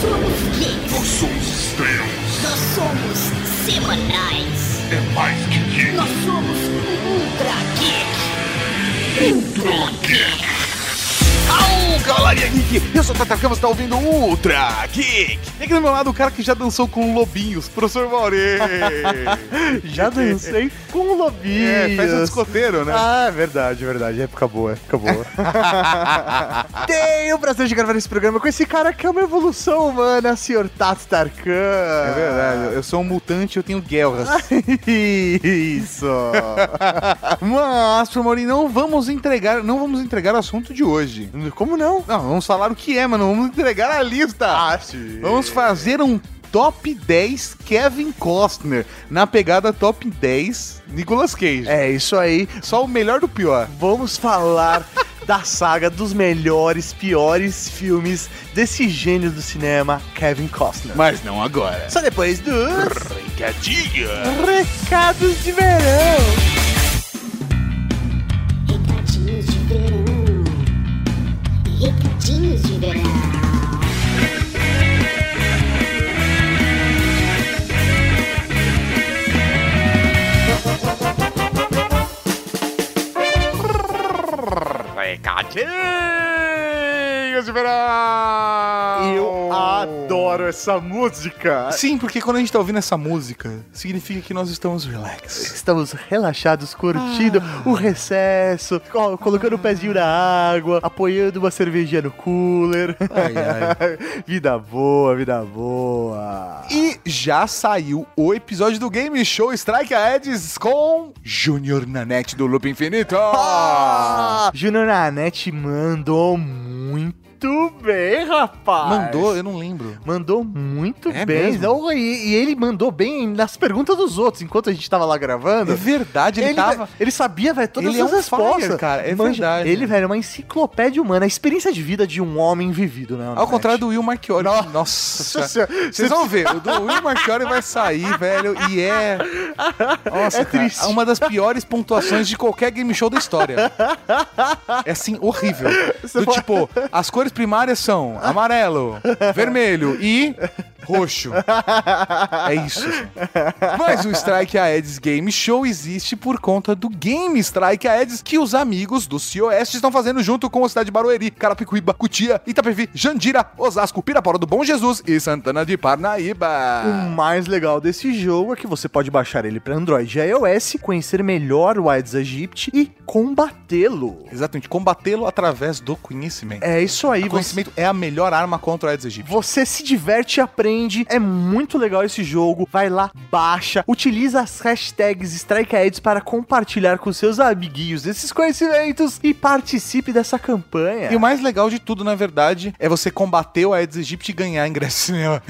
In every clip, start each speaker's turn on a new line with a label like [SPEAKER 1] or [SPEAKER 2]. [SPEAKER 1] É
[SPEAKER 2] Área Geek. Eu sou o Tata Campos, tá ouvindo Ultra Geek. E aqui do meu lado o cara que já dançou com lobinhos, professor Maurê.
[SPEAKER 3] Já dancei com lobinhos.
[SPEAKER 2] É, faz um escoteiro, né?
[SPEAKER 3] Ah, é verdade, é verdade. Época boa, época boa. Tenho o prazer de gravar esse programa com esse cara que é uma evolução humana, senhor Tato Tarkan.
[SPEAKER 2] É verdade, eu sou um mutante e eu tenho guerras.
[SPEAKER 3] Isso.
[SPEAKER 2] Mas, professor Maurê, não vamos entregar, não vamos entregar o assunto de hoje.
[SPEAKER 3] Como não? Ah,
[SPEAKER 2] Não, vamos falar o que é, mano. Vamos entregar a lista.
[SPEAKER 3] sim.
[SPEAKER 2] Vamos fazer um top 10 Kevin Costner na pegada top 10 Nicolas Cage.
[SPEAKER 3] É isso aí.
[SPEAKER 2] Só o melhor do pior.
[SPEAKER 3] Vamos falar da saga dos melhores, piores filmes desse gênio do cinema, Kevin Costner.
[SPEAKER 2] Mas não agora.
[SPEAKER 3] Só depois dos
[SPEAKER 2] Recadinho.
[SPEAKER 3] recados de verão.
[SPEAKER 4] Recadinhos de verão. Recadinhos de verão.
[SPEAKER 2] Recadinhos de verão.
[SPEAKER 3] Eu adoro essa música.
[SPEAKER 2] ah, Sim, porque quando a gente tá ouvindo essa música, significa que nós estamos relax.
[SPEAKER 3] Estamos relaxados, curtindo o recesso, co- colocando o pezinho na água, apoiando uma cervejinha no cooler.
[SPEAKER 2] Ai,
[SPEAKER 3] vida boa, vida boa.
[SPEAKER 2] E já saiu o episódio do Game Show Strike a Edis com Junior Nanete do Loop Infinito.
[SPEAKER 3] Ah! Junior Nanete mandou muito bem, rapaz.
[SPEAKER 2] Mandou, eu não lembro.
[SPEAKER 3] Mandou muito
[SPEAKER 2] É
[SPEAKER 3] bem.
[SPEAKER 2] mesmo?
[SPEAKER 3] Não, e, e ele mandou bem nas perguntas dos outros, enquanto a gente tava lá gravando.
[SPEAKER 2] É verdade, ele, tava.
[SPEAKER 3] ele sabia, velho, todas
[SPEAKER 2] Ele é
[SPEAKER 3] as
[SPEAKER 2] um
[SPEAKER 3] respostas.
[SPEAKER 2] fire, cara, é verdade.
[SPEAKER 3] Ele, velho, é uma enciclopédia humana, a experiência de vida de um homem vivido, né?
[SPEAKER 2] Ao
[SPEAKER 3] Nanete?
[SPEAKER 2] contrário do Will Marchiori. Nossa,
[SPEAKER 3] Nossa
[SPEAKER 2] senhora.
[SPEAKER 3] senhora,
[SPEAKER 2] Vocês vão ver, o do Will Marchiori vai sair, velho, e é. Nossa,
[SPEAKER 3] É
[SPEAKER 2] cara,
[SPEAKER 3] triste.
[SPEAKER 2] é uma das piores pontuações de qualquer game show da história. É assim, horrível. Do tipo, as cores primárias são amarelo, vermelho e roxo. É isso. gente. Mas o Strike Aedes Game Show existe por conta do Game Strike Aedes que os amigos do COS estão fazendo junto com a cidade de Barueri, Carapicuíba, Cutia, Itapevi, Jandira, Osasco, Pirapora do Bom Jesus e Santana de Parnaíba.
[SPEAKER 3] O mais legal desse jogo é que você pode baixar ele pra Android e iOS, conhecer melhor o Aedes aegypti e combatê-lo.
[SPEAKER 2] Exatamente, combatê-lo através do conhecimento.
[SPEAKER 3] É isso aí,
[SPEAKER 2] O conhecimento é a melhor arma contra o Aedes aegypti.
[SPEAKER 3] Você se diverte e aprende. É muito legal esse jogo. Vai lá, baixa, utiliza as hashtags StrikeAds para compartilhar com seus amiguinhos esses conhecimentos e participe dessa campanha.
[SPEAKER 2] E o mais legal de tudo, na verdade, é você combater o Aedes aegypti e ganhar ingresso de cinema.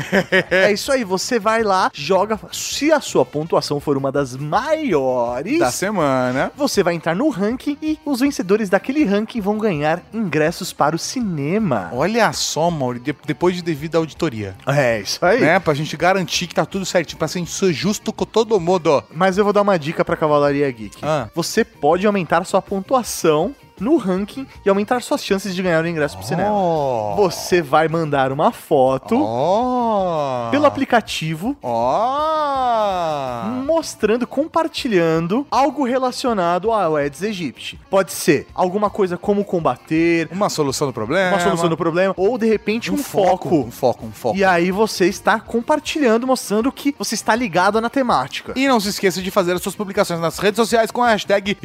[SPEAKER 3] É isso aí, você vai lá, joga. Se a sua pontuação for uma das maiores.
[SPEAKER 2] da semana.
[SPEAKER 3] Você vai entrar no ranking e os vencedores daquele ranking vão ganhar ingressos para o cinema.
[SPEAKER 2] Olha só, Mauri, de- depois de devida auditoria.
[SPEAKER 3] É, isso aí.
[SPEAKER 2] Né? Pra gente garantir que tá tudo certinho, pra ser ser justo com todo mundo.
[SPEAKER 3] Mas eu vou dar uma dica pra Cavalaria Geek.
[SPEAKER 2] Ah.
[SPEAKER 3] Você pode aumentar sua pontuação no ranking e aumentar suas chances de ganhar o ingresso pro cinema.
[SPEAKER 2] Oh.
[SPEAKER 3] Você vai mandar uma foto
[SPEAKER 2] Oh.
[SPEAKER 3] pelo aplicativo Hum.
[SPEAKER 2] Oh.
[SPEAKER 3] mostrando, compartilhando algo relacionado ao Aedes aegypti. Pode ser alguma coisa como combater,
[SPEAKER 2] Uma solução do problema.
[SPEAKER 3] uma solução do problema, ou de repente um, foco.
[SPEAKER 2] É, Um foco, um foco.
[SPEAKER 3] E aí você está compartilhando, mostrando que você está ligado na temática.
[SPEAKER 2] E não se esqueça de fazer as suas publicações nas redes sociais com a hashtag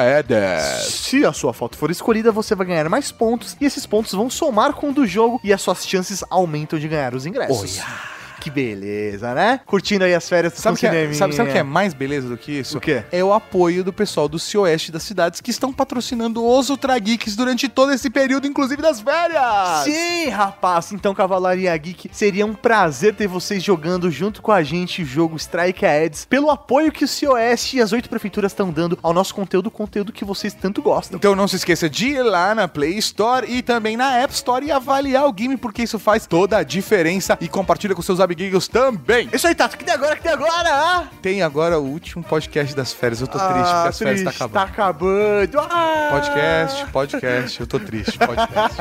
[SPEAKER 2] StrikeAedes.
[SPEAKER 3] Se a sua foto for escolhida, você vai ganhar mais pontos e esses pontos vão somar com o do jogo e as suas chances aumentam de ganhar os ingressos.
[SPEAKER 2] Olha.
[SPEAKER 3] Que beleza, né? Curtindo aí as férias
[SPEAKER 2] Sabe o
[SPEAKER 3] com
[SPEAKER 2] que, é,
[SPEAKER 3] cineminha.
[SPEAKER 2] sabe, sabe o que é mais beleza do que isso?
[SPEAKER 3] O quê?
[SPEAKER 2] É o apoio do pessoal do Cioeste das cidades que estão patrocinando os Ultra Geeks durante todo esse período, inclusive das férias.
[SPEAKER 3] Sim, rapaz! Então, Cavalaria Geek, seria um prazer ter vocês jogando junto com a gente o jogo Strike Ads, pelo apoio que o COS e as oito prefeituras estão dando ao nosso conteúdo, conteúdo que vocês tanto gostam.
[SPEAKER 2] Então não se esqueça de ir lá na Play Store e também na App Store e avaliar o game, porque isso faz toda a diferença. E compartilha com seus amigos também.
[SPEAKER 3] Isso aí, Tato, que tem agora, que tem agora, ah?
[SPEAKER 2] Tem agora o último podcast das férias. Eu tô triste porque
[SPEAKER 3] Ah,
[SPEAKER 2] as férias tá
[SPEAKER 3] triste,
[SPEAKER 2] acabando.
[SPEAKER 3] Tá acabando. Ah!
[SPEAKER 2] Podcast, podcast, eu tô triste, podcast.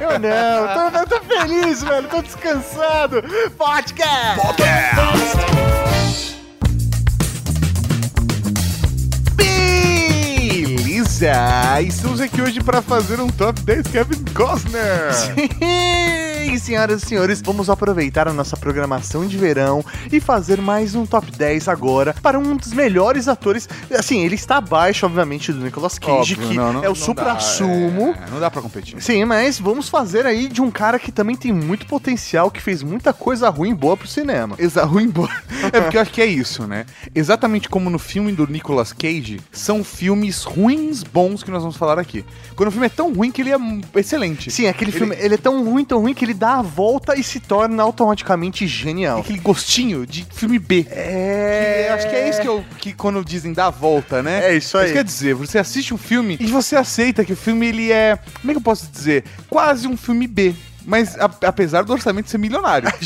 [SPEAKER 3] Eu não, tô, eu tô feliz, velho, tô descansado. Podcast! Podcast!
[SPEAKER 2] Beleza,
[SPEAKER 3] Ah, isso
[SPEAKER 2] Estamos aqui hoje para fazer um top 10 Kevin Costner.
[SPEAKER 3] Sim, senhoras e senhores, vamos aproveitar a nossa programação de verão e fazer mais um top 10 agora para um dos melhores atores. Assim, ele está abaixo, obviamente, do Nicolas Cage,
[SPEAKER 2] Óbvio,
[SPEAKER 3] que
[SPEAKER 2] não, não-
[SPEAKER 3] é o
[SPEAKER 2] não
[SPEAKER 3] supra-sumo.
[SPEAKER 2] dá, é, não dá pra competir.
[SPEAKER 3] Sim, mas vamos fazer aí de um cara que também tem muito potencial, que fez muita coisa ruim e boa pro cinema.
[SPEAKER 2] Exa ruim boa. É porque eu acho que é isso, né? Exatamente como no filme do Nicolas Cage, são filmes ruins bons que nós vamos falar aqui. Quando o filme é tão ruim que ele é hum, excelente.
[SPEAKER 3] Sim, aquele
[SPEAKER 2] Ele-
[SPEAKER 3] filme, ele é tão ruim, tão ruim, que ele dá a volta e se torna automaticamente
[SPEAKER 2] Tem
[SPEAKER 3] genial.
[SPEAKER 2] Aquele gostinho de filme B.
[SPEAKER 3] É...
[SPEAKER 2] Eu acho que é isso que, eu, que quando dizem dar a volta, né?
[SPEAKER 3] É isso aí.
[SPEAKER 2] Mas quer dizer, você assiste um filme e você aceita que o filme ele é, como é que eu posso dizer? Quase um filme B. Mas a- apesar do orçamento ser milionário.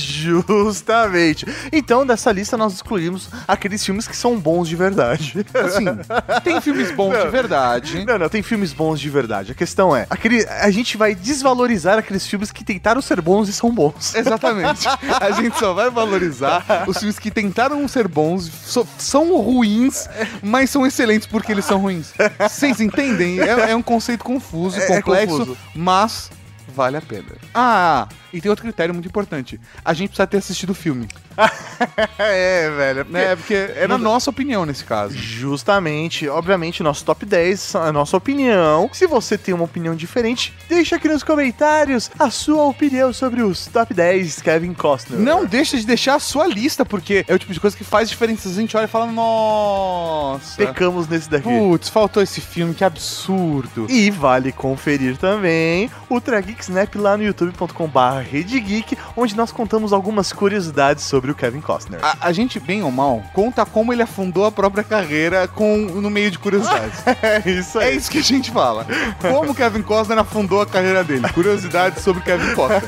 [SPEAKER 3] Justamente. Então, dessa lista, nós excluímos aqueles filmes que são bons de verdade.
[SPEAKER 2] Assim, tem filmes bons de verdade.
[SPEAKER 3] Não, não, tem filmes bons de verdade. A questão é, aquele, a gente vai desvalorizar aqueles filmes que tentaram ser bons e são bons.
[SPEAKER 2] Exatamente. A gente só É, então, vai valorizar os filmes que tentaram ser bons, so- são ruins, mas são excelentes porque eles são ruins. Vocês entendem? É, é um conceito confuso,
[SPEAKER 3] É- é
[SPEAKER 2] complexo,
[SPEAKER 3] confuso.
[SPEAKER 2] mas vale a pena. Ah, e tem outro critério muito importante. A gente precisa ter assistido o filme,
[SPEAKER 3] é, velho.
[SPEAKER 2] né? Porque é na nossa opinião nesse caso.
[SPEAKER 3] Justamente, obviamente, nosso top 10, a nossa opinião. Se você tem uma opinião diferente, deixa aqui nos comentários a sua opinião sobre os top 10 Kevin Costner.
[SPEAKER 2] Não deixa de deixar a sua lista, porque é o tipo de coisa que faz diferença. A gente olha e fala, nossa,
[SPEAKER 3] pecamos nesse daqui.
[SPEAKER 2] putz, faltou esse filme, que absurdo.
[SPEAKER 3] E vale conferir também o Trageek Snap lá no youtube.com.br redegeek, onde nós contamos algumas curiosidades sobre o Kevin Costner.
[SPEAKER 2] A, a gente, bem ou mal, conta como ele afundou a própria carreira com, no meio de curiosidades.
[SPEAKER 3] é isso
[SPEAKER 2] é isso que a gente fala. Como o Kevin Costner afundou a carreira dele. Curiosidades sobre o Kevin Costner.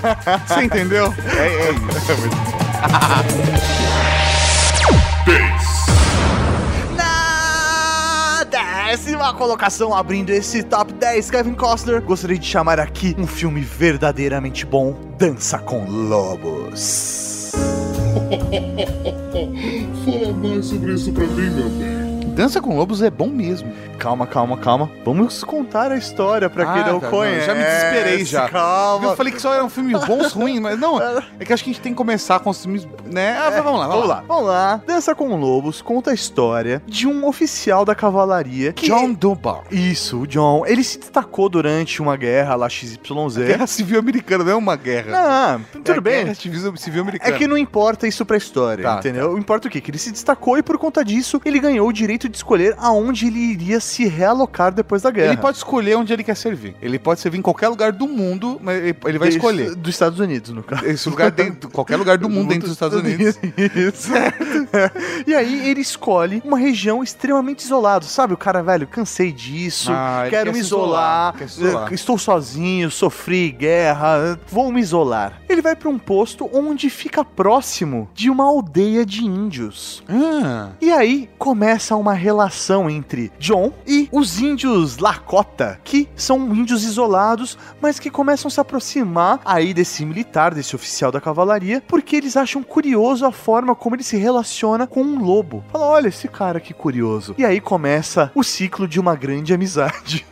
[SPEAKER 2] Você entendeu? É, é isso.
[SPEAKER 3] Na décima colocação, abrindo esse top 10 Kevin Costner, gostaria de chamar aqui um filme verdadeiramente bom: Dança com Lobos.
[SPEAKER 1] Fala mais sobre isso pra mim, meu bem.
[SPEAKER 2] Dança com Lobos é bom mesmo.
[SPEAKER 3] Calma, calma, calma. Vamos contar a história pra quem
[SPEAKER 2] Ah,
[SPEAKER 3] não
[SPEAKER 2] tá, não,
[SPEAKER 3] conhece.
[SPEAKER 2] já me desesperei já.
[SPEAKER 3] Calma.
[SPEAKER 2] Eu falei que só eram filmes bons, ruins, mas não. É que acho que a gente tem que começar com os filmes, né? Ah, vamos lá, vamos, lá.
[SPEAKER 3] É, Vamos lá. Dança com Lobos conta a história de um oficial da cavalaria que.
[SPEAKER 2] John Dunbar.
[SPEAKER 3] Isso, o John. Ele se destacou durante uma guerra lá XYZ.
[SPEAKER 2] Guerra Civil Americana não é uma guerra.
[SPEAKER 3] Não, tudo
[SPEAKER 2] É
[SPEAKER 3] bem.
[SPEAKER 2] Guerra Civil Civil
[SPEAKER 3] É
[SPEAKER 2] Americana.
[SPEAKER 3] que não importa isso pra história,
[SPEAKER 2] Tá,
[SPEAKER 3] entendeu? Importa o quê? Que ele se destacou e por conta disso ele ganhou o direito de escolher aonde ele iria se realocar depois da guerra.
[SPEAKER 2] Ele pode escolher onde ele quer servir. Ele pode servir em qualquer lugar do mundo, mas ele, ele vai
[SPEAKER 3] Des-
[SPEAKER 2] escolher.
[SPEAKER 3] Dos Estados Unidos, no caso.
[SPEAKER 2] Esse lugar dentro, qualquer lugar do mundo dentro dos Estados Unidos.
[SPEAKER 3] Isso. e aí ele escolhe uma região extremamente isolada. Sabe, o cara, velho, cansei disso,
[SPEAKER 2] Ah, ele
[SPEAKER 3] quero
[SPEAKER 2] quer
[SPEAKER 3] me
[SPEAKER 2] se
[SPEAKER 3] isolar,
[SPEAKER 2] isolar, quer se isolar.
[SPEAKER 3] eh, estou sozinho, sofri guerra, eh, vou me isolar. Ele vai pra um posto onde fica próximo de uma aldeia de índios.
[SPEAKER 2] Ah,
[SPEAKER 3] E aí começa uma relação entre John e os índios Lakota, que são índios isolados, mas que começam a se aproximar aí desse militar, desse oficial da cavalaria, porque eles acham curioso a forma como ele se relaciona com um lobo. Fala, olha esse cara que curioso. E aí começa o ciclo de uma grande amizade.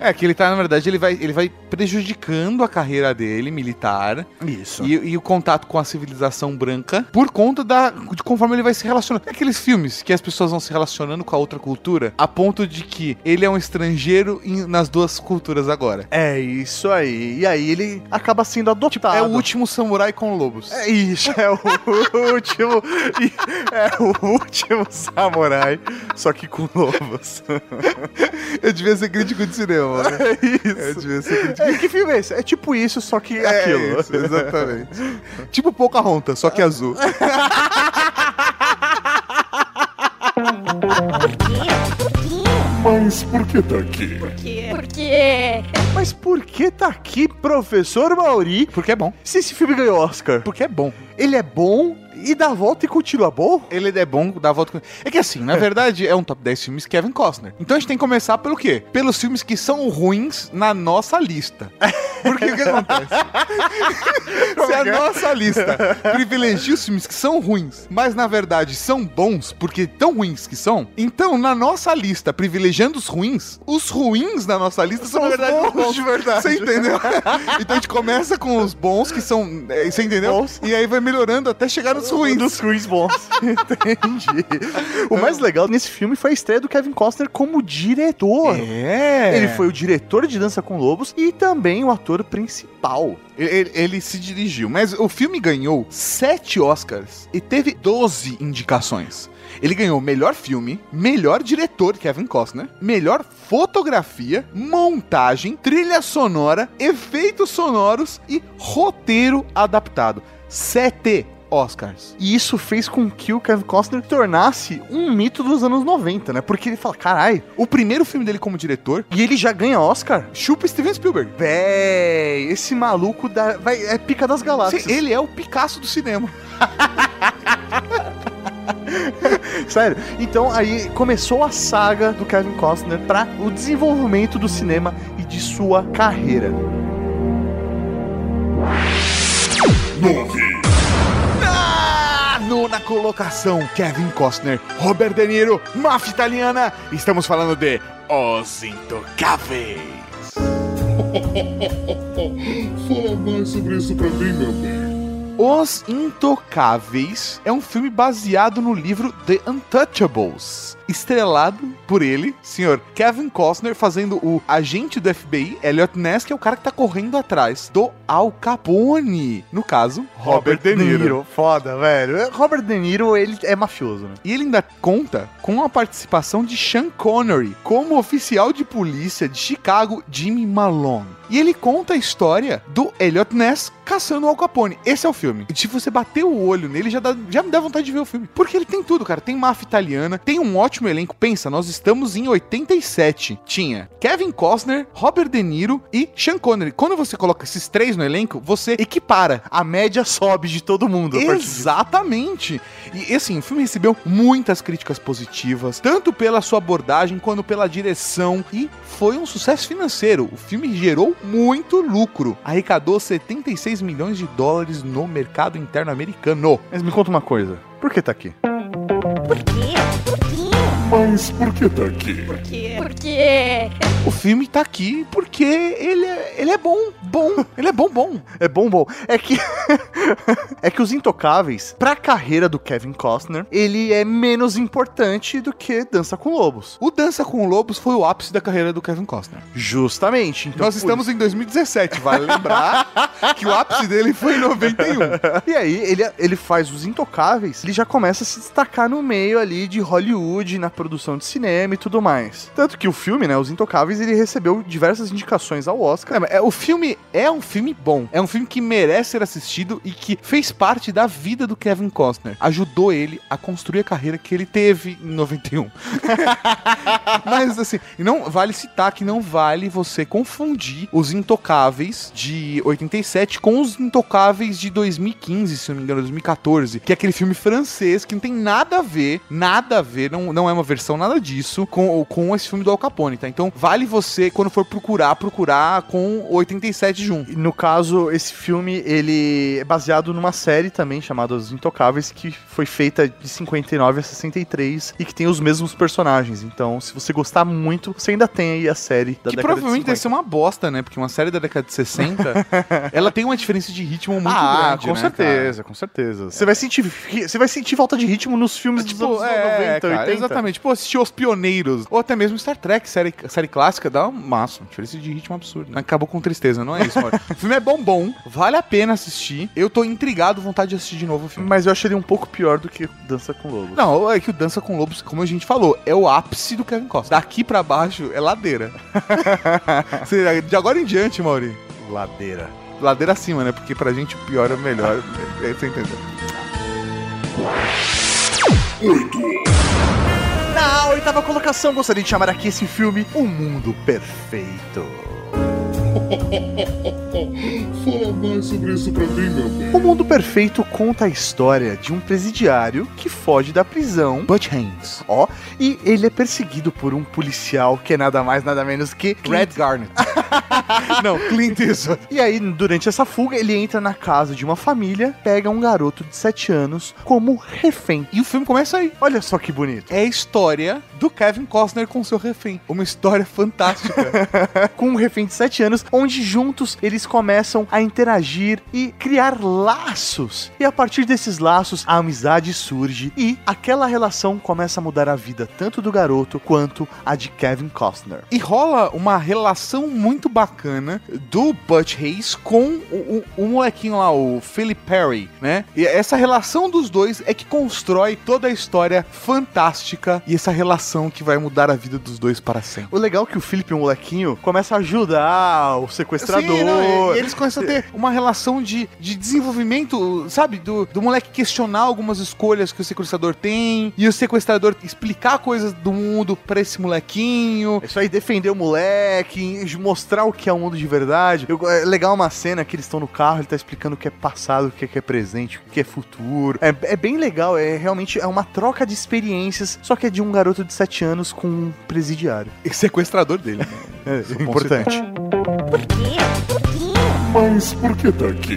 [SPEAKER 2] é que ele tá, na verdade, ele vai, ele vai prejudicando a carreira dele, militar,
[SPEAKER 3] Isso.
[SPEAKER 2] e, e o contato com a civilização branca, por conta da, de conforme ele vai se relacionando. É Aqueles filmes que as pessoas vão se relacionando com a outra cultura, a ponto de que ele é um estrangeiro em- nas duas culturas agora.
[SPEAKER 3] É isso aí. E aí ele acaba sendo adotado.
[SPEAKER 2] É o último samurai com lobos.
[SPEAKER 3] É isso, é o último. e- É o último samurai, só que com lobos.
[SPEAKER 2] Eu devia ser crítico de cinema, né?
[SPEAKER 3] É
[SPEAKER 2] Eu
[SPEAKER 3] isso.
[SPEAKER 2] devia ser crítico
[SPEAKER 3] É, que filme é esse? É tipo isso, só que
[SPEAKER 2] É
[SPEAKER 3] aquilo.
[SPEAKER 2] isso, exatamente. tipo Pocahontas, só que azul.
[SPEAKER 3] É.
[SPEAKER 1] Mas por que tá aqui?
[SPEAKER 5] Porque
[SPEAKER 3] Mas por que tá aqui, professor Mauri,
[SPEAKER 2] Porque é bom.
[SPEAKER 3] se esse filme ganhou Oscar?
[SPEAKER 2] Porque é bom.
[SPEAKER 3] Ele é bom e dá a volta e continua bom?
[SPEAKER 2] Ele é bom, dá a volta com... É que assim, na verdade, é um top 10 filmes Kevin Costner. Então a gente tem que começar pelo quê? Pelos filmes que são ruins na nossa lista. Porque o que acontece? Se
[SPEAKER 3] é
[SPEAKER 2] a nossa lista privilegia os filmes que são ruins, mas na verdade são bons porque tão ruins que são, então na nossa lista, privilegiando os ruins, os ruins na nossa lista são,
[SPEAKER 3] na
[SPEAKER 2] os
[SPEAKER 3] verdade,
[SPEAKER 2] bons.
[SPEAKER 3] bons de verdade.
[SPEAKER 2] Você entendeu? então a gente começa com os bons que são. é, Você entendeu?
[SPEAKER 3] Bons.
[SPEAKER 2] E aí vai melhorando até chegar nos ruins.
[SPEAKER 3] Dos ruins bons. Entendi. O mais legal nesse filme foi a estreia do Kevin Costner como diretor.
[SPEAKER 2] É.
[SPEAKER 3] Ele foi o diretor de Dança com Lobos e também o ator principal.
[SPEAKER 2] Ele, ele- ele se dirigiu, mas o filme ganhou sete Oscars e teve 12 indicações. Ele ganhou melhor filme, melhor diretor Kevin Costner, melhor fotografia, montagem, trilha sonora, efeitos sonoros e roteiro adaptado. Sete Oscars.
[SPEAKER 3] E isso fez com que o Kevin Costner tornasse um mito dos anos 90, né? Porque ele fala, carai,
[SPEAKER 2] O primeiro filme dele como diretor
[SPEAKER 3] e ele já ganha Oscar?
[SPEAKER 2] chupa Steven Spielberg.
[SPEAKER 3] Véi, esse maluco da, vai, é pica das galáxias.
[SPEAKER 2] Sim, ele é o Picasso do cinema.
[SPEAKER 3] Sério. Então aí começou a saga do Kevin Costner para o desenvolvimento do cinema e de sua carreira.
[SPEAKER 1] 9,
[SPEAKER 2] Na Ah, nona colocação, Kevin Costner, Robert De Niro, máfia italiana. Estamos falando de Os Intocáveis.
[SPEAKER 1] fala mais sobre isso pra mim, meu bem.
[SPEAKER 2] Os Intocáveis é um filme baseado no livro The Untouchables, estrelado por ele, senhor Kevin Costner, fazendo o agente do FBI, Elliot Ness, que é o cara que tá correndo atrás do Al Capone, no caso, Robert, De Niro.
[SPEAKER 3] Foda, velho. Robert De Niro, ele é mafioso, né?
[SPEAKER 2] E ele ainda conta com a participação de Sean Connery como oficial de polícia de Chicago, Jimmy Malone. E ele conta a história do Elliot Ness caçando o Al Capone. Esse é o filme. E se você bater o olho nele, já, dá- já me dá vontade de ver o filme. Porque ele tem tudo, cara. Tem máfia italiana, tem um ótimo elenco. Pensa, nós estamos em 87. Tinha Kevin Costner, Robert De Niro e Sean Connery. Quando você coloca esses três no elenco, você equipara
[SPEAKER 3] A média sobe de todo mundo. a partir disso.
[SPEAKER 2] Exatamente. E assim, o filme recebeu muitas críticas positivas, tanto pela sua abordagem quanto pela direção e foi um sucesso financeiro. O filme gerou muito lucro, arrecadou 76 milhões de dólares no mercado interno americano.
[SPEAKER 3] Mas me conta uma coisa. Por que tá aqui?
[SPEAKER 1] Mas por que tá aqui?
[SPEAKER 5] Por quê?
[SPEAKER 2] O filme tá aqui porque ele é, ele é bom, bom, ele é bom, bom.
[SPEAKER 3] É bom, bom. É que. é que os Intocáveis, pra carreira do Kevin Costner, ele é menos importante do que Dança com Lobos.
[SPEAKER 2] O Dança com Lobos foi o ápice da carreira do Kevin Costner.
[SPEAKER 3] Justamente. Então,
[SPEAKER 2] Nós
[SPEAKER 3] por
[SPEAKER 2] estamos em 2017, vale lembrar que o ápice dele foi em 91.
[SPEAKER 3] E aí, ele, ele faz os intocáveis, ele já começa a se destacar no meio ali de Hollywood, na produção de cinema e tudo mais. Tanto que o filme, né, Os Intocáveis, ele recebeu diversas indicações ao Oscar.
[SPEAKER 2] É, mas é- o filme é um filme bom. É um filme que merece ser assistido e que fez parte da vida do Kevin Costner. Ajudou ele a construir a carreira que ele teve em 91. mas assim, não vale citar que não vale você confundir os Intocáveis de 87 com os Intocáveis de 2015, se não me engano, 2014, que é aquele filme francês que não tem nada a ver, nada a ver, não, não é uma versão nada disso com, com esse filme do Al Capone, tá? Então vale você, quando for procurar, procurar com 87 junto.
[SPEAKER 3] E No caso, esse filme, ele é baseado numa série também chamada Os Intocáveis, que foi feita de 59 a 63 e que tem os mesmos personagens. Então, se você gostar muito, você ainda tem aí a série da
[SPEAKER 2] que
[SPEAKER 3] década
[SPEAKER 2] provavelmente
[SPEAKER 3] de
[SPEAKER 2] deve
[SPEAKER 3] 50.
[SPEAKER 2] ser uma bosta, né? Porque uma série da década de 60, ela tem uma diferença de ritmo muito
[SPEAKER 3] ah,
[SPEAKER 2] grande,
[SPEAKER 3] com
[SPEAKER 2] né, cara?
[SPEAKER 3] certeza, com certeza. Você vai sentir, você vai sentir falta de ritmo nos filmes dos
[SPEAKER 2] Tipo,
[SPEAKER 3] anos
[SPEAKER 2] é,
[SPEAKER 3] 90,
[SPEAKER 2] cara,
[SPEAKER 3] 80.
[SPEAKER 2] exatamente. Pô, assistir Os Pioneiros, ou até mesmo Star Trek, série, série clássica, dá um massa. uma Diferença de ritmo absurda. Mas Acabou com tristeza, não é isso, mano. o filme é bombom, vale a pena assistir. Eu tô intrigado, vontade de assistir de novo o filme.
[SPEAKER 3] Mas eu achei ele um pouco pior do que Dança com Lobos.
[SPEAKER 2] Não, é que o Dança com Lobos, como a gente falou, é o ápice do Kevin Costa. Daqui pra baixo é ladeira. Você- de agora em diante, Mauri.
[SPEAKER 3] Ladeira.
[SPEAKER 2] Ladeira acima, né? Porque pra gente o pior é o melhor. É, é, você entendeu?
[SPEAKER 1] 8,
[SPEAKER 3] Na oitava colocação, gostaria de chamar aqui esse filme O Mundo Perfeito.
[SPEAKER 1] fala mais sobre isso pra mim, meu bem.
[SPEAKER 3] O Mundo Perfeito conta a história de um presidiário que foge da prisão.
[SPEAKER 2] Butch Haynes.
[SPEAKER 3] Ó, e ele é perseguido por um policial que é nada mais, nada menos que
[SPEAKER 2] Red Garnet. Não, Clint Eastwood.
[SPEAKER 3] E aí, durante essa fuga, ele entra na casa de uma família, pega um garoto de 7 anos como refém.
[SPEAKER 2] E o filme começa aí.
[SPEAKER 3] Olha só que bonito.
[SPEAKER 2] É a história do Kevin Costner com seu refém. Uma história fantástica.
[SPEAKER 3] Com um refém de 7 anos, onde juntos eles começam a interagir e criar laços. E a partir desses laços, a amizade surge e aquela relação começa a mudar a vida tanto do garoto quanto a de Kevin Costner.
[SPEAKER 2] e rola uma relação muito bacana do Butch Hayes com o, o- o molequinho lá, o Philip Perry, né? E essa relação dos dois é que constrói toda a história fantástica e essa relação que vai mudar a vida dos dois para sempre.
[SPEAKER 3] O legal é que o Philip, o molequinho, começa a ajudar o sequestrador.
[SPEAKER 2] Sim, não, e- e eles começam a ter uma relação de, de desenvolvimento, sabe? Do, do moleque questionar algumas escolhas que o sequestrador tem e o sequestrador explicar coisas do mundo pra esse molequinho.
[SPEAKER 3] É Isso aí, defender o moleque, mostrar o que é o mundo de verdade. Eu- é legal uma cena que eles estão no carro, ele tá explicando o que é passado, o que é, que é presente, o que é futuro. É, é bem legal, é realmente é uma troca de experiências, só que é de um garoto de 7 anos com um presidiário.
[SPEAKER 2] E sequestrador dele. né?
[SPEAKER 3] É
[SPEAKER 2] Isso é um bom
[SPEAKER 3] importante.
[SPEAKER 2] sinal.
[SPEAKER 1] Mas por que tá aqui?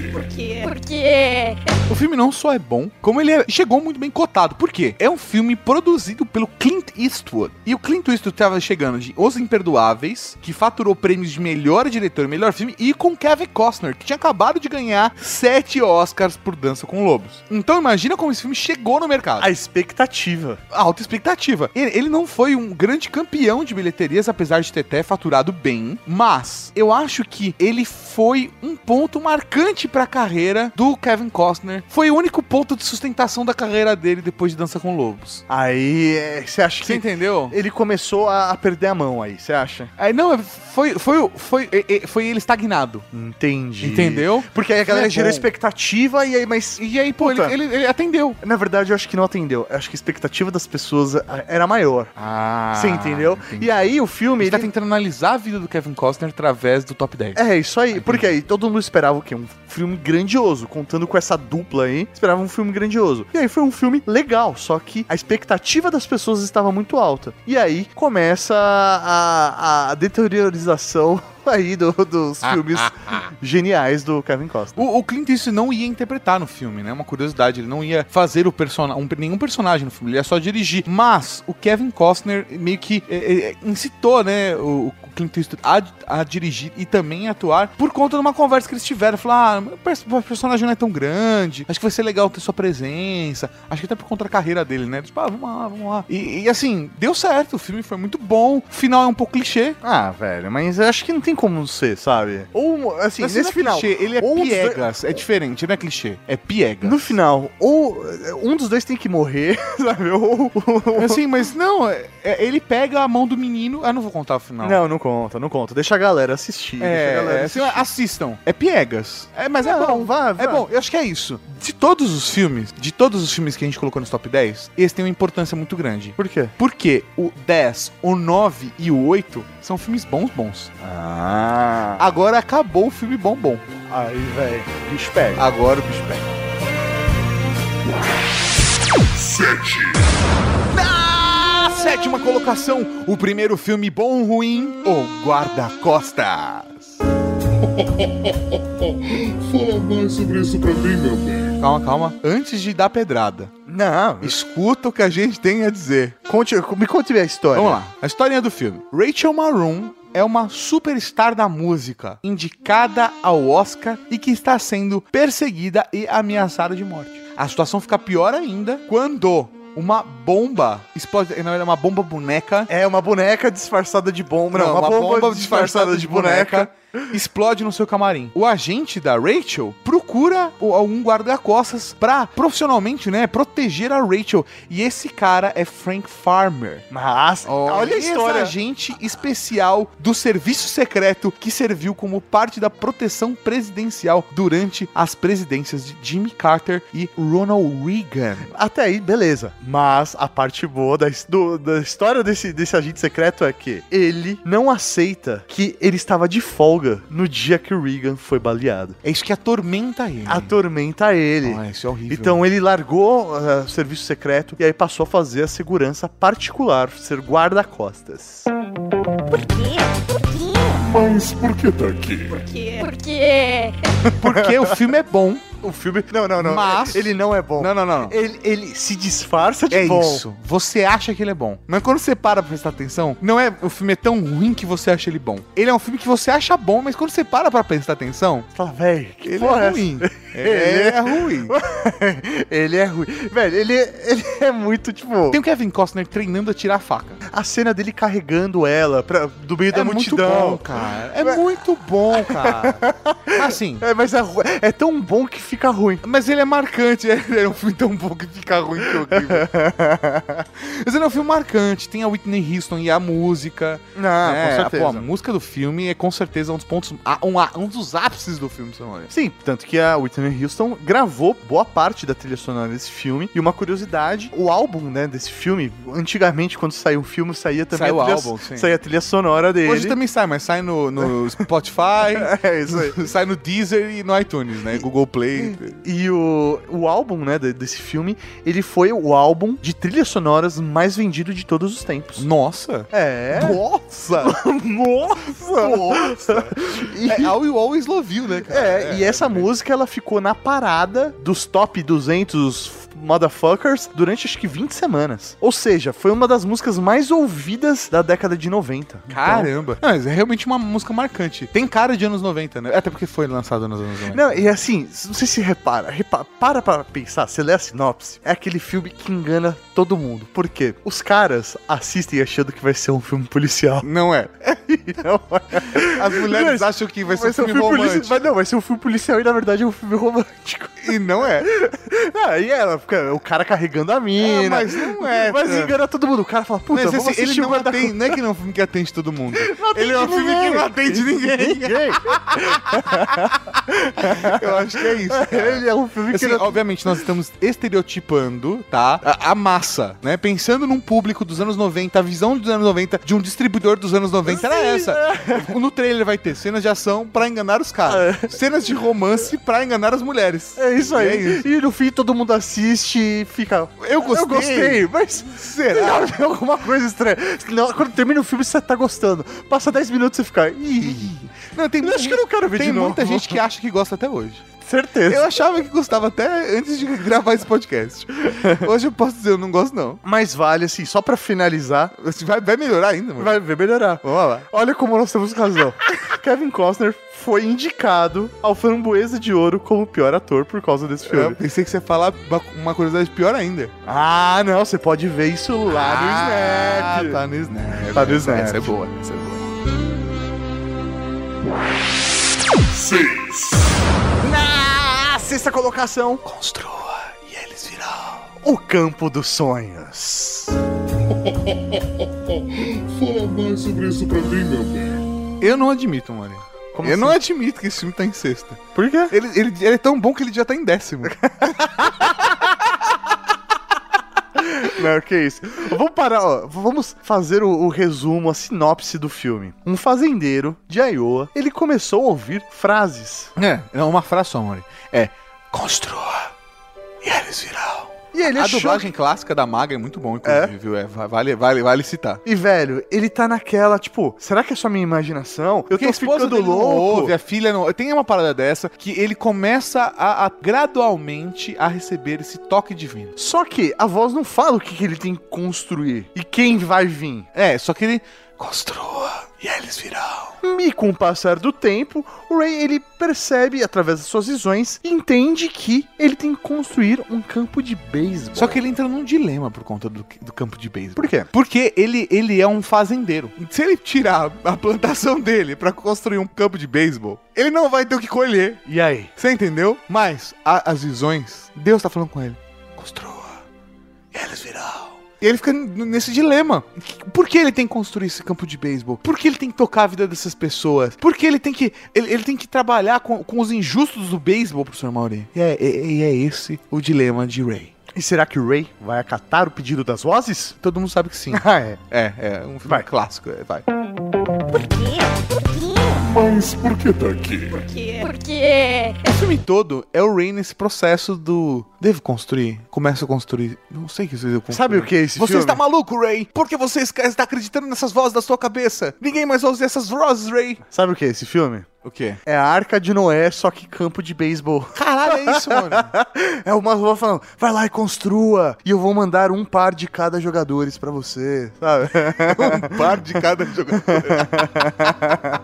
[SPEAKER 5] Porque
[SPEAKER 2] O filme não só é bom, como ele é- chegou muito bem cotado. Por quê? É um filme produzido pelo Clint Eastwood. E o Clint Eastwood tava chegando de Os Imperdoáveis, que faturou prêmios de melhor diretor e melhor filme, e com Kevin Costner, que tinha acabado de ganhar sete Oscars por Dança com Lobos. Então imagina como esse filme chegou no mercado.
[SPEAKER 3] A expectativa.
[SPEAKER 2] alta expectativa. Ele, ele não foi um grande campeão de bilheterias, apesar de ter até faturado bem, mas eu acho que ele foi um ponto marcante pra carreira do Kevin Costner. Foi o único ponto de sustentação da carreira dele depois de Dança com Lobos.
[SPEAKER 3] Aí, é, você acha
[SPEAKER 2] Você
[SPEAKER 3] que
[SPEAKER 2] entendeu?
[SPEAKER 3] ele começou a, a perder a mão aí, você acha?
[SPEAKER 2] Aí, não, é, foi, foi, foi, é, é, foi ele estagnado.
[SPEAKER 3] Entendi.
[SPEAKER 2] Entendeu?
[SPEAKER 3] Porque aí a galera
[SPEAKER 2] Não é
[SPEAKER 3] gerou
[SPEAKER 2] bom.
[SPEAKER 3] expectativa e aí, mas
[SPEAKER 2] E aí, pô, ele,
[SPEAKER 3] Puta.
[SPEAKER 2] ele, ele atendeu.
[SPEAKER 3] Na verdade, eu acho que não atendeu. Eu acho que a expectativa das pessoas ah, era maior.
[SPEAKER 2] Ah.
[SPEAKER 3] Você entendeu? E aí o filme.
[SPEAKER 2] ele tá
[SPEAKER 3] ele-
[SPEAKER 2] tentando analisar a vida do Kevin Costner através do top 10.
[SPEAKER 3] É, isso aí. Porque aí todo mundo esperava o quê? Um filme grandioso. Contando com essa dupla aí, esperava um filme grandioso. E aí foi um filme legal, só que a expectativa das pessoas estava muito alta. E aí começa a, a deteriorização aí do- dos filmes ah. geniais do Kevin Costner.
[SPEAKER 2] O, o Clint Eastwood não ia interpretar no filme, né? Uma curiosidade, ele não ia fazer o persona um- nenhum personagem no filme, ele ia só dirigir. Mas o Kevin Costner meio que é, é, é, incitou, né, o, o Clint Eastwood a, a dirigir e também a atuar por conta de uma conversa que eles tiveram. Falaram, ah, meu pers- meu personagem não é tão grande, acho que vai ser legal ter sua presença. Acho que até por conta da carreira dele, né? Tipo, ah, vamos lá, vamos lá. E, e, assim, deu certo, o filme foi muito bom, o final é um pouco clichê.
[SPEAKER 3] Ah, velho, mas eu acho que não tem como não ser, sabe? Ou, assim,
[SPEAKER 2] Esse
[SPEAKER 3] nesse
[SPEAKER 2] não é
[SPEAKER 3] final.
[SPEAKER 2] clichê, ele é
[SPEAKER 3] ou um dos dois-
[SPEAKER 2] piegas, é diferente, não é clichê, é piegas.
[SPEAKER 3] No final, ou eh, um dos dois tem que morrer, sabe? Ou. ou-
[SPEAKER 2] Assim, mas não, é- é- ele pega a mão do menino. Ah, não vou contar o final.
[SPEAKER 3] Não, não conta, não conta. Deixa a galera assistir. deixa a
[SPEAKER 2] É,
[SPEAKER 3] galera
[SPEAKER 2] assim, assistam. É piegas. É, mas é
[SPEAKER 3] Não,
[SPEAKER 2] bom.
[SPEAKER 3] vá, vá.
[SPEAKER 2] É bom, eu acho que é isso. De todos os filmes, de todos os filmes que a gente colocou nos top 10, esse tem uma importância muito grande.
[SPEAKER 3] Por quê?
[SPEAKER 2] Porque o 10, o 9 e o 8 são filmes bons bons.
[SPEAKER 3] Ah.
[SPEAKER 2] Agora acabou o filme bom bom.
[SPEAKER 3] Aí, velho. Bicho pega.
[SPEAKER 2] Agora o bicho pega. Na Ah, sétima colocação, o primeiro filme bom ruim, O Guarda-Costas.
[SPEAKER 1] Fala mais sobre isso pra mim, meu bem.
[SPEAKER 2] Calma, calma. Antes de dar pedrada,
[SPEAKER 3] Não, isso-
[SPEAKER 2] escuta o que a gente tem a dizer.
[SPEAKER 3] conte, me conte a história.
[SPEAKER 2] Vamos lá. A historinha do filme. Rachel Maroon é uma superstar da música, indicada ao Oscar e que está sendo perseguida e ameaçada de morte. A situação fica pior ainda quando uma bomba explode, eh, na verdade, é uma bomba boneca
[SPEAKER 3] É uma boneca disfarçada de bomba. Não, uma, bomba, disfarçada, de boneca.
[SPEAKER 2] explode no seu camarim. O agente da Rachel procura o- algum guarda-costas pra profissionalmente, né, proteger a Rachel. E esse cara é Frank Farmer.
[SPEAKER 3] Mas, olha a história.
[SPEAKER 2] Esse agente especial do serviço secreto que serviu como parte da proteção presidencial durante as presidências de Jimmy Carter e Ronald Reagan.
[SPEAKER 3] Até aí, beleza. Mas a parte boa da, his- do- da história desse, desse agente secreto é que ele não aceita que ele estava de folga no dia que o Reagan foi baleado.
[SPEAKER 2] É isso que atormenta ele.
[SPEAKER 3] Atormenta ele.
[SPEAKER 2] Ah, isso é horrível.
[SPEAKER 3] Então ele largou ah, o serviço secreto e aí passou a fazer a segurança particular, ser guarda-costas.
[SPEAKER 5] Porque
[SPEAKER 1] Mas por que tá aqui?
[SPEAKER 5] Porque
[SPEAKER 2] Porque o filme é bom.
[SPEAKER 3] O filme. Não, não, não.
[SPEAKER 2] Mas-
[SPEAKER 3] Ele não é bom.
[SPEAKER 2] Não, não, não. não.
[SPEAKER 3] Ele, ele se disfarça de
[SPEAKER 2] É
[SPEAKER 3] bom.
[SPEAKER 2] isso. Você acha que ele é bom. Mas quando você para pra prestar atenção, não é o filme é tão ruim que você acha ele bom. Ele é um filme que você acha bom, mas quando você para pra prestar atenção,
[SPEAKER 3] Você fala, velho, que
[SPEAKER 2] ele
[SPEAKER 3] porra
[SPEAKER 2] é
[SPEAKER 3] essa?"
[SPEAKER 2] ruim. Ele é ruim.
[SPEAKER 3] ele é ruim. Velho, ele, ele é muito, tipo.
[SPEAKER 2] Tem o Kevin Costner treinando a tirar a faca.
[SPEAKER 3] A cena dele carregando ela pra, do meio da multidão.
[SPEAKER 2] É muito bom, cara. É muito bom, cara. Assim.
[SPEAKER 3] É, mas é, ru- é tão bom que fica ruim.
[SPEAKER 2] Mas ele é marcante, ele é um filme tão bom que fica ruim que horrível. Mas ele é um filme marcante, tem a Whitney Houston e a música.
[SPEAKER 3] Não,
[SPEAKER 2] né? Pô, a música do filme é com certeza um dos pontos. a- Um, a- um dos ápices do filme, se não é?
[SPEAKER 3] Sim, tanto que a Whitney Houston gravou boa parte da trilha sonora desse filme. E uma curiosidade, o álbum, né, desse filme, antigamente quando saiu o filme, saía também
[SPEAKER 2] Saiu
[SPEAKER 3] a trilha,
[SPEAKER 2] o álbum, sim.
[SPEAKER 3] saía a trilha sonora dele.
[SPEAKER 2] Hoje também sai, mas sai no, no Spotify,
[SPEAKER 3] É isso aí.
[SPEAKER 2] sai no Deezer e no iTunes, né? Google Play.
[SPEAKER 3] E o, o álbum, né, de- desse filme, ele foi o álbum de trilhas sonoras mais vendido de todos os tempos.
[SPEAKER 2] Nossa!
[SPEAKER 3] É.
[SPEAKER 2] Nossa!
[SPEAKER 3] Nossa!
[SPEAKER 2] Nossa!
[SPEAKER 3] E-
[SPEAKER 2] É All You Always Love You, né, cara?
[SPEAKER 3] É, e essa música ela ficou na parada dos top 200 motherfuckers durante acho que 20 semanas. Ou seja, foi uma das músicas mais ouvidas da década de Então, 90.
[SPEAKER 2] Então, Caramba! Não, mas é realmente uma música marcante. Tem cara de anos 90, né? Até porque foi lançado nos anos 90.
[SPEAKER 3] Então, não, e assim, não sei se repara, repara, para pra pensar, você lê a sinopse, é aquele filme que engana todo mundo. Por quê? Os caras assistem achando que vai ser um filme policial.
[SPEAKER 2] Não é.
[SPEAKER 3] Não,
[SPEAKER 2] As mulheres
[SPEAKER 3] Mas-
[SPEAKER 2] acham que vai ser um filme,
[SPEAKER 3] polici-
[SPEAKER 2] romântico.
[SPEAKER 3] Mas não, vai ser um filme policial e na verdade é um filme romântico.
[SPEAKER 2] E não é.
[SPEAKER 3] Ah, e ela fica, o cara carregando a mina.
[SPEAKER 2] É, mas não é,
[SPEAKER 3] Ah, Mas
[SPEAKER 2] cara.
[SPEAKER 3] engana todo mundo. O cara fala, puta,
[SPEAKER 2] Mas
[SPEAKER 3] vamos
[SPEAKER 2] esse, ele
[SPEAKER 3] assistir o
[SPEAKER 2] não atende,
[SPEAKER 3] guarda-roupa.
[SPEAKER 2] não é que não é um filme que atende todo mundo.
[SPEAKER 3] atende
[SPEAKER 2] ele é um filme
[SPEAKER 3] ninguém.
[SPEAKER 2] que não atende ninguém. Eu acho que é isso. cara.
[SPEAKER 3] Ele é um filme
[SPEAKER 2] Assim,
[SPEAKER 3] que não...
[SPEAKER 2] obviamente, nós estamos estereotipando, tá? A, a massa, né? Pensando num público dos anos 90, a visão dos anos 90, de um distribuidor dos anos 90 era
[SPEAKER 3] Sim, é.
[SPEAKER 2] essa. No trailer vai ter cenas de ação pra enganar os caras, cenas de romance pra enganar as mulheres.
[SPEAKER 3] É isso aí.
[SPEAKER 2] E é isso.
[SPEAKER 3] E no fim todo mundo assiste e fica.
[SPEAKER 2] Eu gostei.
[SPEAKER 3] Eu gostei, mas.
[SPEAKER 2] Será?
[SPEAKER 3] tem alguma coisa estranha. Não, Quando termina o filme, você tá gostando. Passa 10 minutos e você fica. Ih,
[SPEAKER 2] Não, tem,
[SPEAKER 3] eu acho que eu não quero ver
[SPEAKER 2] tem
[SPEAKER 3] de novo.
[SPEAKER 2] muita gente que acha que gosta até hoje.
[SPEAKER 3] Certeza.
[SPEAKER 2] Eu achava que gostava até antes de gravar esse podcast. Hoje eu posso dizer, eu não gosto, não. Assim,
[SPEAKER 3] Mas vale, assim, só pra finalizar,
[SPEAKER 2] Vai, vai melhorar ainda, mano.
[SPEAKER 3] vai ver melhorar.
[SPEAKER 2] Vamos lá.
[SPEAKER 3] Olha como nós temos razão. Kevin Costner foi indicado ao Framboesa de Ouro como pior ator por causa desse
[SPEAKER 2] Eu
[SPEAKER 3] filme.
[SPEAKER 2] pensei que você ia falar uma- uma curiosidade pior ainda.
[SPEAKER 3] Ah, não, você pode ver isso lá no Snap.
[SPEAKER 2] Tá no Snap.
[SPEAKER 3] Ah, Tá no Snap.
[SPEAKER 2] Essa é boa, essa é boa.
[SPEAKER 3] Na Ah, sexta colocação, construa e eles virão o campo dos sonhos.
[SPEAKER 1] Fala mais sobre isso pra mim, meu bem.
[SPEAKER 2] Eu não admito, mano.
[SPEAKER 3] Como
[SPEAKER 2] eu
[SPEAKER 3] assim?
[SPEAKER 2] não admito que esse filme tá em sexta.
[SPEAKER 3] Por quê?
[SPEAKER 2] Ele, ele- ele é tão bom que ele já tá em décimo.
[SPEAKER 3] Não, que é isso. Vamos parar, ó. V- Vamos fazer o, o resumo, a sinopse do filme. Um fazendeiro de Iowa, ele começou a ouvir frases.
[SPEAKER 2] é, não, uma frase só, Mori. É, construa e eles virão.
[SPEAKER 3] E ele é
[SPEAKER 2] a
[SPEAKER 3] achou-
[SPEAKER 2] dublagem clássica da Maga é muito bom, inclusive, viu? É, va- vale, vale, vale citar.
[SPEAKER 3] E, velho, ele tá naquela, tipo, será que é só minha imaginação? Eu tô ficando
[SPEAKER 2] dele não
[SPEAKER 3] louco.
[SPEAKER 2] ouve, a filha não. Tem uma parada dessa que ele começa a- a gradualmente a receber esse toque divino.
[SPEAKER 3] Só que a voz não fala o que, que ele tem que construir e quem vai vir.
[SPEAKER 2] É, só que ele construa e eles virão.
[SPEAKER 3] E com o passar do tempo, o Ray ele percebe através das suas visões e entende que ele tem que construir um campo de beisebol.
[SPEAKER 2] Só que ele entra num dilema por conta do, do campo de beisebol.
[SPEAKER 3] por quê?
[SPEAKER 2] Porque ele, ele é um fazendeiro. Se ele tirar a plantação dele pra construir um campo de beisebol, ele não vai ter o que colher.
[SPEAKER 3] E aí?
[SPEAKER 2] Você entendeu? Mas a- as visões, Deus tá falando com ele. Construa e eles virão. E ele fica n- nesse dilema. Por que ele tem que construir esse campo de beisebol? Por que ele tem que tocar a vida dessas pessoas? Por que ele tem que, ele, ele tem que trabalhar com, com os injustos do beisebol, professor Mauri? E é, e- e é esse o dilema de Ray.
[SPEAKER 3] E será que o Ray vai acatar o pedido das vozes?
[SPEAKER 2] Todo mundo sabe que sim.
[SPEAKER 3] Ah, é.
[SPEAKER 2] é, é um filme
[SPEAKER 3] Vai.
[SPEAKER 2] clássico. é, vai.
[SPEAKER 1] Mas por que tá aqui?
[SPEAKER 5] Porque
[SPEAKER 2] O filme todo é o Ray nesse processo do
[SPEAKER 3] Devo construir?
[SPEAKER 2] Começa a construir. Não sei o que vocês construir.
[SPEAKER 3] Sabe o que é esse
[SPEAKER 2] Você
[SPEAKER 3] filme?
[SPEAKER 2] está maluco, Ray? Por que você está acreditando nessas vozes da sua cabeça? Ninguém mais ouve essas vozes, Ray.
[SPEAKER 3] Sabe o que é esse filme?
[SPEAKER 2] O quê?
[SPEAKER 3] É a Arca de Noé, só que campo de beisebol.
[SPEAKER 2] Caralho, é isso, mano.
[SPEAKER 3] É o Maslow falando, vai lá e construa, e eu vou mandar um par de cada jogadores pra você, sabe?
[SPEAKER 2] um par de cada jogador.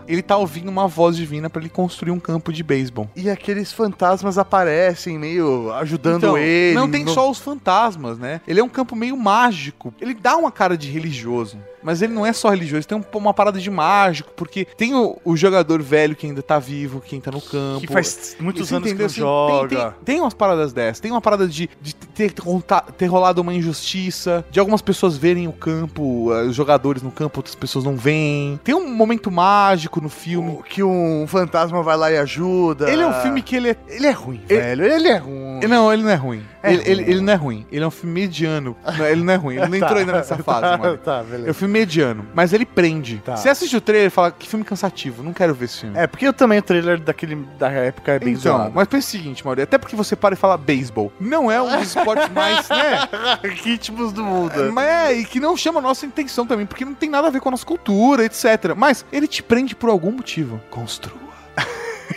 [SPEAKER 2] ele tá ouvindo uma voz divina pra ele construir um campo de beisebol.
[SPEAKER 3] E aqueles fantasmas aparecem meio ajudando
[SPEAKER 2] Então,
[SPEAKER 3] ele.
[SPEAKER 2] não tem
[SPEAKER 3] no-
[SPEAKER 2] só os fantasmas, né? Ele é um campo meio mágico. Ele dá uma cara de religioso. Mas ele não é só religioso, tem um- uma parada de mágico, porque tem o, o jogador velho que ainda tá vivo, quem tá no campo.
[SPEAKER 3] que faz muitos
[SPEAKER 2] Você
[SPEAKER 3] anos que
[SPEAKER 2] entendeu?
[SPEAKER 3] não
[SPEAKER 2] Assim,
[SPEAKER 3] joga.
[SPEAKER 2] Tem, tem- tem umas paradas dessas. Tem uma parada de, de ter, conta- ter rolado uma injustiça, de algumas pessoas verem o campo, eh, os jogadores no campo, outras pessoas não veem. Tem um momento mágico no filme.
[SPEAKER 3] O- Que um fantasma vai lá e ajuda.
[SPEAKER 2] Ele é um filme que ele é.
[SPEAKER 3] Ele é ruim, velho. Ele é ruim.
[SPEAKER 2] ele- Não, ele não é ruim.
[SPEAKER 3] É
[SPEAKER 2] ele, ele-
[SPEAKER 3] ruim.
[SPEAKER 2] ele não é ruim. Ele é um filme mediano. Não, ele não é ruim. Ele não entrou ainda nessa fase, mano.
[SPEAKER 3] tá,
[SPEAKER 2] É um
[SPEAKER 3] beleza.
[SPEAKER 2] filme mediano. Mas ele prende.
[SPEAKER 3] Tá.
[SPEAKER 2] Você assiste o trailer e fala, que filme cansativo, não quero ver esse filme.
[SPEAKER 3] É, porque eu também o trailer daquele, da época é bem
[SPEAKER 2] Então,
[SPEAKER 3] zoado.
[SPEAKER 2] mas pensa o seguinte, Mauri, até porque você para e fala beisebol. Não é um dos esportes mais, né?
[SPEAKER 3] Ritmos do mundo.
[SPEAKER 2] É, Mas é, e que não chama a nossa intenção também, porque não tem nada a ver com a nossa cultura, etc. Mas ele te prende por algum motivo. Construa.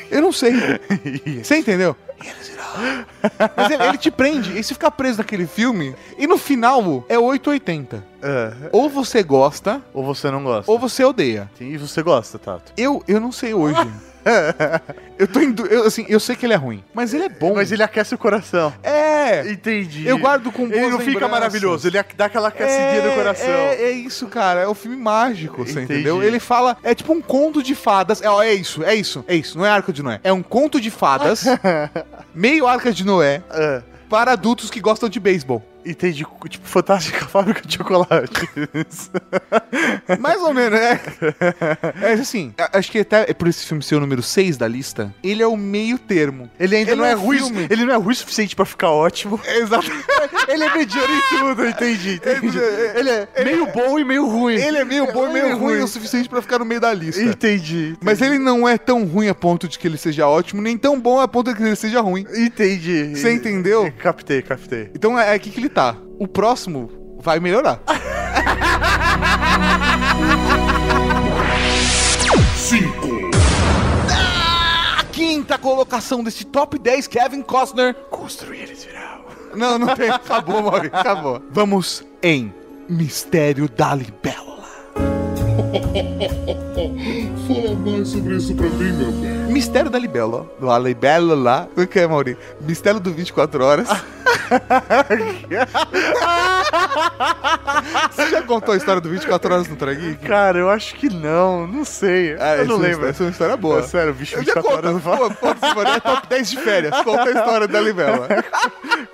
[SPEAKER 2] Eu não sei. Você entendeu? Mas é, ele, ele te prende, e se ficar preso naquele filme, e no final é 880.
[SPEAKER 3] É,
[SPEAKER 2] Ou você gosta,
[SPEAKER 3] Ou você não gosta.
[SPEAKER 2] ou você odeia.
[SPEAKER 3] E você gosta, Tato.
[SPEAKER 2] Eu, eu não sei hoje. Eu tô em du- eu, assim, eu sei que ele é ruim, mas ele é bom.
[SPEAKER 3] Mas ele aquece o coração.
[SPEAKER 2] é.
[SPEAKER 3] Entendi.
[SPEAKER 2] Eu guardo com
[SPEAKER 3] Ele
[SPEAKER 2] boas
[SPEAKER 3] não fica
[SPEAKER 2] lembranças.
[SPEAKER 3] maravilhoso, ele dá aquela aquecidinha no coração.
[SPEAKER 2] É, é isso, cara. É um filme mágico, você
[SPEAKER 3] Entendi.
[SPEAKER 2] entendeu? Ele fala. É tipo um conto de fadas. É, ó, é isso, é isso, é isso. Não é Arca de Noé. É um conto de fadas, meio Arca de Noé,
[SPEAKER 3] Ah,
[SPEAKER 2] para adultos que gostam de beisebol.
[SPEAKER 3] entendi. Tipo, fantástica fábrica de chocolate.
[SPEAKER 2] Mais ou menos, é. É assim, a- acho que até por esse filme ser o número 6 da lista, ele é o meio termo.
[SPEAKER 3] Ele ainda
[SPEAKER 2] Ele
[SPEAKER 3] não é,
[SPEAKER 2] é um
[SPEAKER 3] ruim.
[SPEAKER 2] filme.
[SPEAKER 3] Ele não é ruim o suficiente pra ficar ótimo.
[SPEAKER 2] Exato.
[SPEAKER 3] ele é mediano em tudo, entendi. entendi. Ele é meio bom e meio ruim.
[SPEAKER 2] Ele é meio bom e meio ruim,
[SPEAKER 3] ruim. Então,
[SPEAKER 2] o suficiente pra ficar no meio da lista.
[SPEAKER 3] Entendi.
[SPEAKER 2] Mas ele não é tão ruim a ponto de que ele seja ótimo, nem tão bom a ponto de que ele seja ruim.
[SPEAKER 3] Entendi.
[SPEAKER 2] Você entendeu?
[SPEAKER 3] Captei, captei.
[SPEAKER 2] Então é aqui que ele tá. O próximo vai melhorar.
[SPEAKER 1] Cinco,
[SPEAKER 2] A Ah, quinta colocação desse top 10, Kevin Costner.
[SPEAKER 3] Construir um. esse viral.
[SPEAKER 2] Não, não tem. Acabou, Maurício. Acabou. Vamos em Mistério da Libélula.
[SPEAKER 1] fala mais sobre isso pra mim, meu bem.
[SPEAKER 2] Mistério da Libélula. A Libélula. O que é, Maurício? Mistério do 24 Horas. Você já contou a história do 24 Horas no Trageek?
[SPEAKER 3] Cara, eu acho que não. Não sei. eu não lembro.
[SPEAKER 2] Essa é uma história boa.
[SPEAKER 3] Ah, É sério, bicho,
[SPEAKER 2] Eu já
[SPEAKER 3] 24
[SPEAKER 2] conto.
[SPEAKER 3] horas não fala.
[SPEAKER 2] Pô, foda-se, mano, é top 10 de férias. Conta a história da Libélula.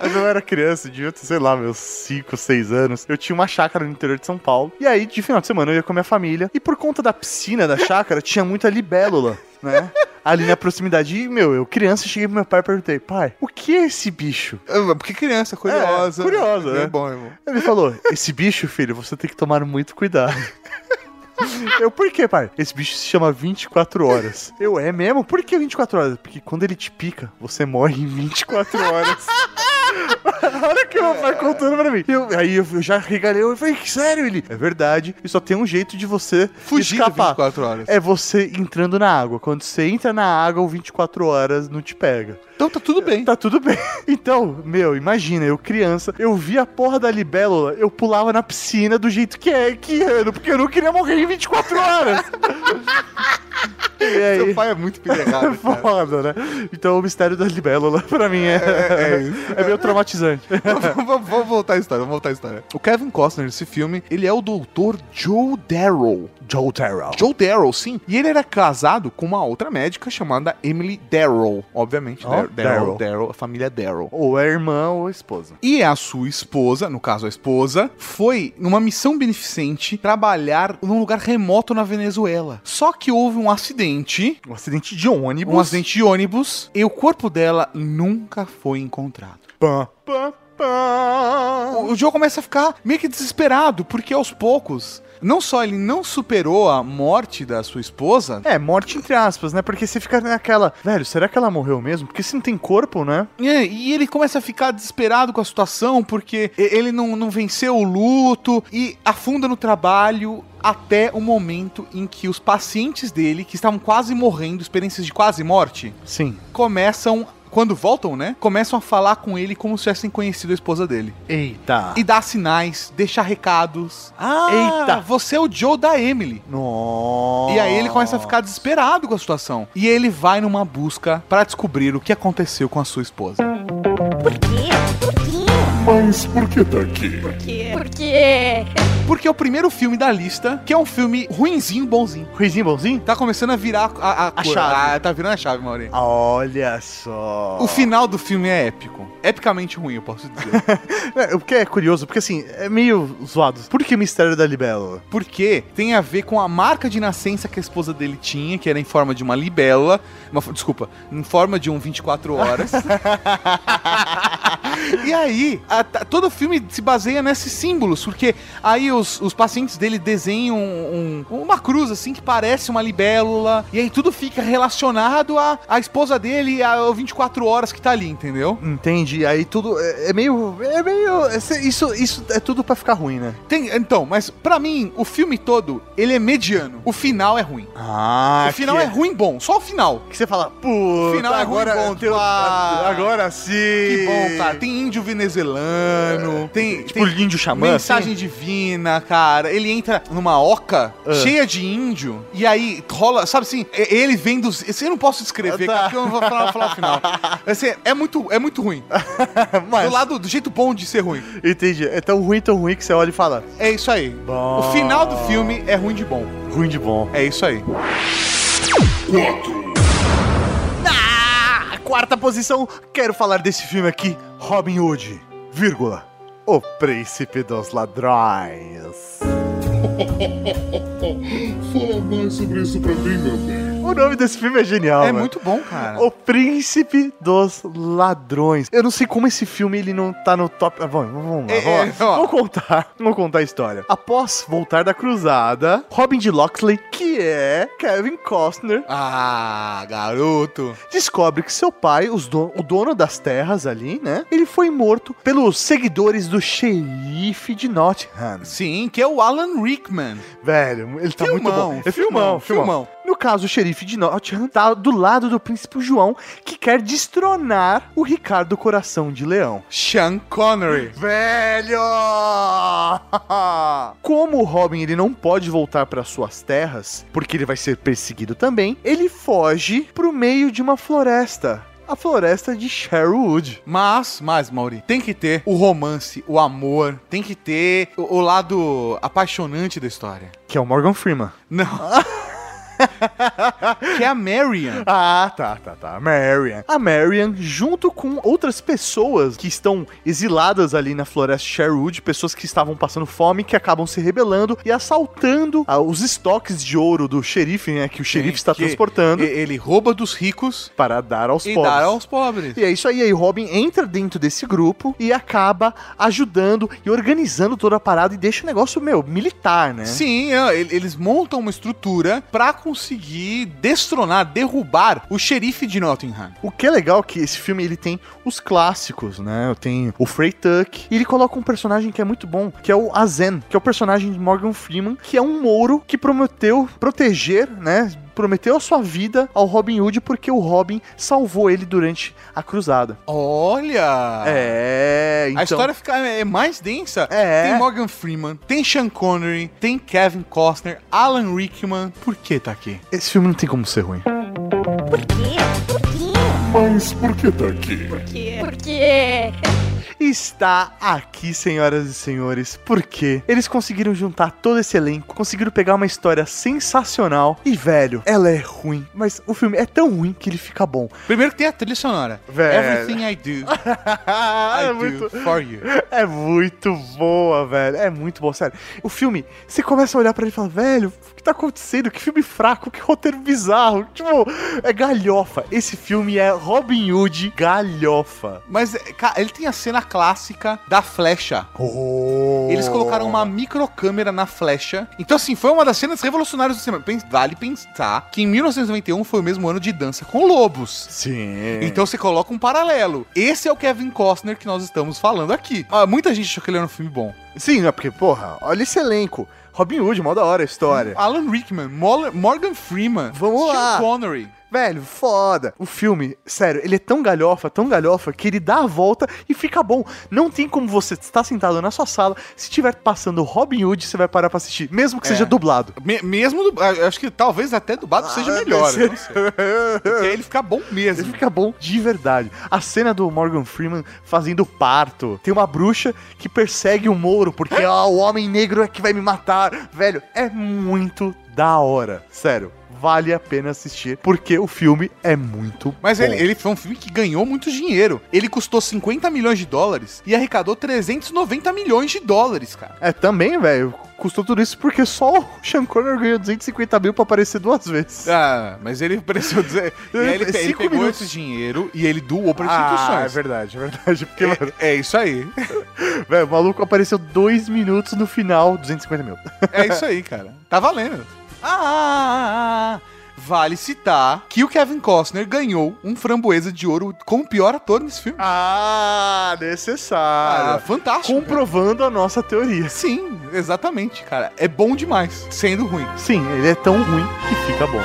[SPEAKER 3] Mas eu era criança, devia ter, sei lá, meus 5, 6 anos. Eu tinha uma chácara no interior de São Paulo. E aí, de final de semana, eu ia com a minha família. E por conta da piscina da chácara, tinha muita libélula, né? Ali na proximidade. E, meu, eu criança, cheguei pro meu pai e perguntei, pai, o que é esse bicho?
[SPEAKER 2] Ah, Porque criança, curiosa.
[SPEAKER 3] É, curiosa,
[SPEAKER 2] É
[SPEAKER 3] né?
[SPEAKER 2] bom, irmão.
[SPEAKER 3] Ele falou, esse bicho, filho, você tem que tomar muito cuidado. Eu, por quê, pai? Esse bicho se chama 24 horas. Eu, é mesmo? Por que 24 horas? Porque quando ele te pica, você morre em 24 horas. Olha que meu pai contando pra mim. Eu- aí eu, eu já regalei, eu falei, sério, ele? É verdade, e só tem um jeito de você
[SPEAKER 2] Fugir de
[SPEAKER 3] escapar.
[SPEAKER 2] 24 horas.
[SPEAKER 3] É você entrando na água. Quando você entra na água, o 24 horas não te pega.
[SPEAKER 2] Então tá tudo bem.
[SPEAKER 3] Tá tudo bem. Então, meu, imagina, eu criança, eu vi a porra da libélula, eu pulava na piscina do jeito que é, que ano, porque eu não queria morrer em 24 horas. e
[SPEAKER 2] Seu
[SPEAKER 3] aí,
[SPEAKER 2] pai é muito pirregado. cara.
[SPEAKER 3] foda, né? Então o mistério da libélula, pra mim, é,
[SPEAKER 2] É isso.
[SPEAKER 3] é meio traumatizante.
[SPEAKER 2] vamos, vamos voltar a história, vamos voltar a história. O Kevin Costner nesse filme, ele é o doutor Joe Darrow.
[SPEAKER 3] Joe Terrell.
[SPEAKER 2] Joe Darrow, sim. E ele era casado com uma outra médica chamada Emily Darrow. Obviamente,
[SPEAKER 3] Oh,
[SPEAKER 2] Dar- Darrow,
[SPEAKER 3] Darrow.
[SPEAKER 2] Darrow, a família Darrow.
[SPEAKER 3] Ou é irmã ou esposa.
[SPEAKER 2] E a sua esposa, no caso a esposa, foi numa missão beneficente trabalhar num lugar remoto na Venezuela. Só que houve um acidente,
[SPEAKER 3] Um acidente de ônibus.
[SPEAKER 2] um acidente de ônibus, e o corpo dela nunca foi encontrado.
[SPEAKER 3] Pã, pã, pã. Ah.
[SPEAKER 2] O o Joe começa a ficar meio que desesperado, porque aos poucos Não só ele não superou a morte da sua esposa,
[SPEAKER 3] É, morte entre aspas, né? Porque você fica naquela, velho, será que ela morreu mesmo? Porque se não tem corpo, né?
[SPEAKER 2] É, e ele começa a ficar desesperado com a situação porque e- ele não, não venceu o luto e afunda no trabalho até o momento em que os pacientes dele, que estavam quase morrendo, experiências de quase morte,
[SPEAKER 3] Sim.
[SPEAKER 2] começam, quando voltam, né? Começam a falar com ele como se tivessem conhecido a esposa dele.
[SPEAKER 3] Eita.
[SPEAKER 2] E dar sinais, deixar recados. Ah,
[SPEAKER 3] Eita.
[SPEAKER 2] Você é o Joe da Emily.
[SPEAKER 3] Nossa.
[SPEAKER 2] E aí ele começa a ficar desesperado com a situação. E ele vai numa busca pra descobrir o que aconteceu com a sua esposa.
[SPEAKER 1] Mas por que tá aqui?
[SPEAKER 5] Porque
[SPEAKER 2] Porque é o primeiro filme da lista, que é um filme ruinzinho, bonzinho.
[SPEAKER 3] Ruizinho bonzinho?
[SPEAKER 2] Tá começando a virar a, a, cor-
[SPEAKER 3] chave.
[SPEAKER 2] Ah, tá virando a chave, Mauri.
[SPEAKER 3] Olha só.
[SPEAKER 2] O final do filme é épico. Epicamente ruim, eu posso dizer.
[SPEAKER 3] É, o que é curioso, porque assim, é meio zoado. Por que Mistério da Libélula?
[SPEAKER 2] Porque tem a ver com a marca de nascença que a esposa dele tinha, que era em forma de uma libélula. Uma, fo- desculpa, em forma de um 24 horas. e aí, a- tá- todo o filme se baseia nesses símbolos, porque aí os, os pacientes dele desenham um- um- uma cruz, assim, que parece uma libélula. E aí tudo fica relacionado à, à esposa dele e ao 24 horas que tá ali, entendeu?
[SPEAKER 3] Entendi. Aí tudo é, é meio. É meio. é se- Isso, isso é tudo pra ficar ruim, né?
[SPEAKER 2] Tem- então, mas pra mim, o filme todo, ele é mediano. O final é ruim.
[SPEAKER 3] Ah,
[SPEAKER 2] o final é ruim bom, só o final.
[SPEAKER 3] Que você fala, pô,
[SPEAKER 2] Final é ruim
[SPEAKER 3] agora
[SPEAKER 2] bom,
[SPEAKER 3] teu-
[SPEAKER 2] pá.
[SPEAKER 3] agora sim.
[SPEAKER 2] Que bom, cara. Tem índio venezuelano, tem,
[SPEAKER 3] Tipo,
[SPEAKER 2] tem
[SPEAKER 3] índio xamã.
[SPEAKER 2] mensagem divina, cara. Ele entra numa oca
[SPEAKER 3] Ah.
[SPEAKER 2] cheia de índio e aí rola, sabe assim, e- ele vem dos... esse Eu não posso descrever,
[SPEAKER 3] Tá.
[SPEAKER 2] cara, porque eu não vou falar, falar o final. Assim, é, muito, é muito ruim.
[SPEAKER 3] assim? Mas,
[SPEAKER 2] Do lado, do jeito bom de ser ruim.
[SPEAKER 3] Entendi. É tão ruim, tão ruim que você olha e fala,
[SPEAKER 2] É isso aí.
[SPEAKER 3] Bom.
[SPEAKER 2] O final do filme é ruim de bom.
[SPEAKER 3] ruim de bom.
[SPEAKER 2] É isso aí.
[SPEAKER 3] A quarta posição, quero falar desse filme aqui, Robin Hood, vírgula, O Príncipe dos Ladrões.
[SPEAKER 1] Fala mais sobre isso pra mim, meu bem.
[SPEAKER 3] O nome desse filme é genial,
[SPEAKER 2] é
[SPEAKER 3] mano.
[SPEAKER 2] muito bom, cara.
[SPEAKER 3] O Príncipe dos Ladrões. Eu não sei como esse filme ele não tá no top. Ah, Vamos, vamos lá,
[SPEAKER 2] É,
[SPEAKER 3] vamos,
[SPEAKER 2] é,
[SPEAKER 3] lá.
[SPEAKER 2] ó.
[SPEAKER 3] vamos contar. Vamos contar a história. Após voltar da cruzada, Robin de Loxley, que é Kevin Costner,
[SPEAKER 2] Ah, garoto.
[SPEAKER 3] descobre que seu pai, os don- o dono das terras ali, né? Ele foi morto pelos seguidores do xerife de Nottingham.
[SPEAKER 2] Sim, que é o Alan Rickman.
[SPEAKER 3] Velho, ele tá
[SPEAKER 2] Filmão,
[SPEAKER 3] muito bom. É
[SPEAKER 2] filmão,
[SPEAKER 3] filmão, filmão,
[SPEAKER 2] filmão.
[SPEAKER 3] No caso, o xerife de Nottingham tá do lado do príncipe João, que quer destronar o Ricardo Coração de Leão.
[SPEAKER 2] Sean Connery.
[SPEAKER 3] Velho! Como o Robin ele não pode voltar para suas terras, porque ele vai ser perseguido também, ele foge pro meio de uma floresta. A floresta de Sherwood.
[SPEAKER 2] Mas, mas, Mauri, tem que ter o romance, o amor, tem que ter o, o lado apaixonante da história.
[SPEAKER 3] Que é o Morgan Freeman.
[SPEAKER 2] Não. que é a Marian.
[SPEAKER 3] Ah, tá, tá, tá. A Marian. A Marian, junto com outras pessoas que estão exiladas ali na floresta Sherwood, pessoas que estavam passando fome, que acabam se rebelando e assaltando ah, os estoques de ouro do xerife, né? Que o xerife está
[SPEAKER 2] que-
[SPEAKER 3] transportando.
[SPEAKER 2] E- Ele rouba dos ricos
[SPEAKER 3] Para dar aos
[SPEAKER 2] e
[SPEAKER 3] pobres.
[SPEAKER 2] dá aos pobres.
[SPEAKER 3] E é isso aí, aí Robin entra dentro desse grupo e acaba ajudando e organizando toda a parada e deixa o negócio, meu, militar, né?
[SPEAKER 2] Sim, é, ele- eles montam uma estrutura pra conseguir destronar, derrubar o xerife de Nottingham.
[SPEAKER 3] O que é legal é que esse filme ele tem os clássicos, né? Tem o Frey Tuck e ele coloca um personagem que é muito bom, que é o Azen, que é o personagem de Morgan Freeman, que é um mouro que prometeu proteger, né? Prometeu a sua vida ao Robin Hood porque o Robin salvou ele durante a cruzada.
[SPEAKER 2] Olha!
[SPEAKER 3] É, então.
[SPEAKER 2] Ah. A história fica é mais densa.
[SPEAKER 3] É.
[SPEAKER 2] Tem Morgan Freeman, tem Sean Connery, tem Kevin Costner, Alan Rickman. Por que tá aqui?
[SPEAKER 3] Esse filme não tem como ser ruim.
[SPEAKER 1] Mas por que tá aqui?
[SPEAKER 5] porque
[SPEAKER 3] está aqui, senhoras e senhores, porque eles conseguiram juntar todo esse elenco, conseguiram pegar uma história sensacional e, velho, ela é ruim, mas o filme é tão ruim que ele fica bom.
[SPEAKER 2] Primeiro que tem a trilha sonora.
[SPEAKER 3] Velho.
[SPEAKER 2] Everything I do, I
[SPEAKER 3] é,
[SPEAKER 2] do
[SPEAKER 3] muito,
[SPEAKER 2] for you.
[SPEAKER 3] é muito boa, velho. É muito bom, sério. O filme, você começa a olhar pra ele e fala, velho, tá acontecendo? Que filme fraco, que roteiro bizarro. Tipo, é galhofa. Esse filme é Robin Hood galhofa.
[SPEAKER 2] Mas, é, ca- ele tem a cena clássica da flecha.
[SPEAKER 3] Oh.
[SPEAKER 2] Eles colocaram uma microcâmera na flecha. Então, assim, foi uma das cenas revolucionárias do cinema. Pen- Vale pensar que em 1991 foi o mesmo ano de Dança com Lobos.
[SPEAKER 3] Sim.
[SPEAKER 2] Então você coloca um paralelo. Esse é o Kevin Costner que nós estamos falando aqui. Ah, Muita gente achou que ele era um filme bom.
[SPEAKER 3] Sim, é porque, porra, olha esse elenco. Robin Hood, mó da hora a história.
[SPEAKER 2] Alan Rickman, Moller- Morgan Freeman,
[SPEAKER 3] Vamos
[SPEAKER 2] Sean
[SPEAKER 3] lá.
[SPEAKER 2] Connery.
[SPEAKER 3] Velho, foda. O filme, sério, ele é tão galhofa, tão galhofa, que ele dá a volta e fica bom. Não tem como você estar sentado na sua sala, se tiver passando Robin Hood, você vai parar pra assistir, mesmo que
[SPEAKER 2] É.
[SPEAKER 3] seja dublado.
[SPEAKER 2] Me- mesmo do, ah, acho que talvez até
[SPEAKER 3] Ah,
[SPEAKER 2] dublado seja melhor. eu não sei. Porque aí ele fica bom
[SPEAKER 3] Ele
[SPEAKER 2] mesmo.
[SPEAKER 3] fica bom de verdade. A cena do Morgan Freeman fazendo parto. Tem uma bruxa que persegue o Moro porque ó, o homem negro é que vai me matar. Velho, é muito da hora. Sério, vale a pena assistir porque o filme é muito
[SPEAKER 2] Mas
[SPEAKER 3] bom.
[SPEAKER 2] ele, ele foi um filme que ganhou muito dinheiro. Ele custou 50 milhões de dólares e arrecadou 390 milhões de dólares, cara.
[SPEAKER 3] É, também, velho. Custou tudo isso porque só o Sean Connery ganhou 250 mil pra aparecer duas vezes.
[SPEAKER 2] Ah, mas ele precisou dizer. e aí ele, pe- ele
[SPEAKER 3] Cinco
[SPEAKER 2] pegou
[SPEAKER 3] minutos.
[SPEAKER 2] esse dinheiro e ele doou para
[SPEAKER 3] é
[SPEAKER 2] instituições.
[SPEAKER 3] verdade, é verdade. Porque, mano,
[SPEAKER 2] é, é isso aí.
[SPEAKER 3] velho, o maluco apareceu dois minutos no final, 250 mil.
[SPEAKER 2] É isso aí, cara. Tá valendo. Ah, vale citar que o Kevin Costner ganhou um framboesa de ouro como pior ator nesse filme.
[SPEAKER 3] Ah,
[SPEAKER 2] Ah,
[SPEAKER 3] necessário.
[SPEAKER 2] fantástico.
[SPEAKER 3] Ah, Comprovando a nossa teoria.
[SPEAKER 2] Sim, exatamente, cara. É bom demais, sendo ruim.
[SPEAKER 3] Sim, ele é tão ruim que fica bom.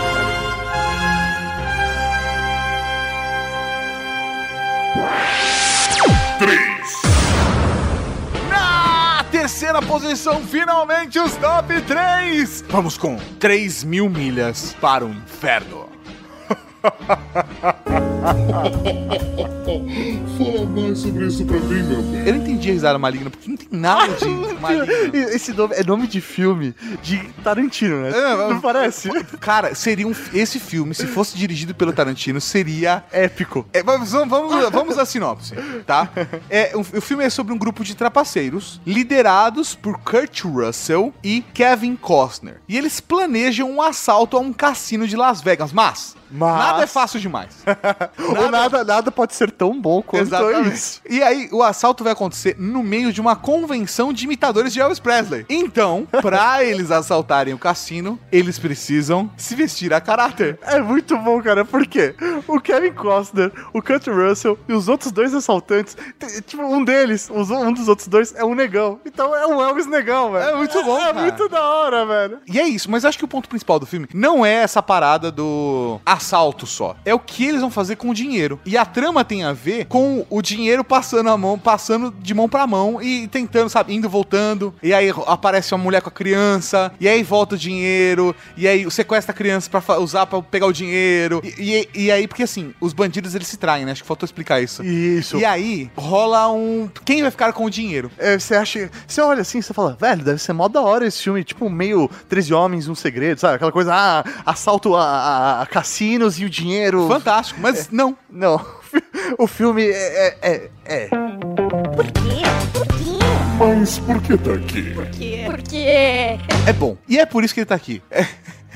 [SPEAKER 2] Na terceira posição, finalmente os top 3. Vamos com 3 mil milhas para o inferno.
[SPEAKER 1] Fala mais sobre isso pra mim, meu bem.
[SPEAKER 2] Eu não entendi a risada maligna, porque não tem nada de maligno.
[SPEAKER 3] Esse nome é nome de filme de Tarantino, né?
[SPEAKER 2] É,
[SPEAKER 3] Não
[SPEAKER 2] mas-
[SPEAKER 3] parece?
[SPEAKER 2] Cara, seria um, esse filme, se fosse dirigido pelo Tarantino, seria
[SPEAKER 3] Épico.
[SPEAKER 2] É, vamos, vamos, vamos à sinopse, tá? É, o, o filme é sobre um grupo de trapaceiros liderados por Kurt Russell e Kevin Costner. E eles planejam um assalto a um cassino de Las Vegas, mas,
[SPEAKER 3] Mas- Então
[SPEAKER 2] nada é fácil demais.
[SPEAKER 3] Ou nada, nada pode ser tão bom quanto é isso.
[SPEAKER 2] E aí, o assalto vai acontecer no meio de uma convenção de imitadores de Elvis Presley. Então, pra eles assaltarem o cassino, eles precisam se vestir a caráter.
[SPEAKER 3] É muito bom, cara, porque o Kevin Costner, o Kurt Russell e os outros dois assaltantes, t- tipo, um deles, os- um dos outros dois é um negão. Então é um Elvis negão, velho.
[SPEAKER 2] É muito bom,
[SPEAKER 3] É
[SPEAKER 2] cara.
[SPEAKER 3] muito da hora, velho.
[SPEAKER 2] E é isso, mas acho que o ponto principal do filme não é essa parada do assalto só. É o que eles vão fazer com o dinheiro. E a trama tem a ver com o dinheiro passando a mão, passando de mão pra mão e tentando, sabe, indo voltando. E aí aparece uma mulher com a criança, e aí volta o dinheiro, e aí sequestra a criança pra fa- usar pra pegar o dinheiro. E, e- e aí, porque assim, os bandidos eles se traem, né? Acho que faltou explicar isso.
[SPEAKER 3] Isso.
[SPEAKER 2] E aí rola um. Quem vai ficar com o dinheiro?
[SPEAKER 3] É, Você acha. Você olha assim e você fala, velho, deve ser mó da hora esse filme, tipo, meio 13 homens, um segredo, sabe? Aquela coisa, ah, assalto a, a- a cassinos e o dinheiro.
[SPEAKER 2] Fantástico, mas não.
[SPEAKER 3] Não. O filme é- é- é, é.
[SPEAKER 1] Mas por que tá aqui?
[SPEAKER 5] Por quê?
[SPEAKER 2] É bom. E é por isso que ele tá aqui.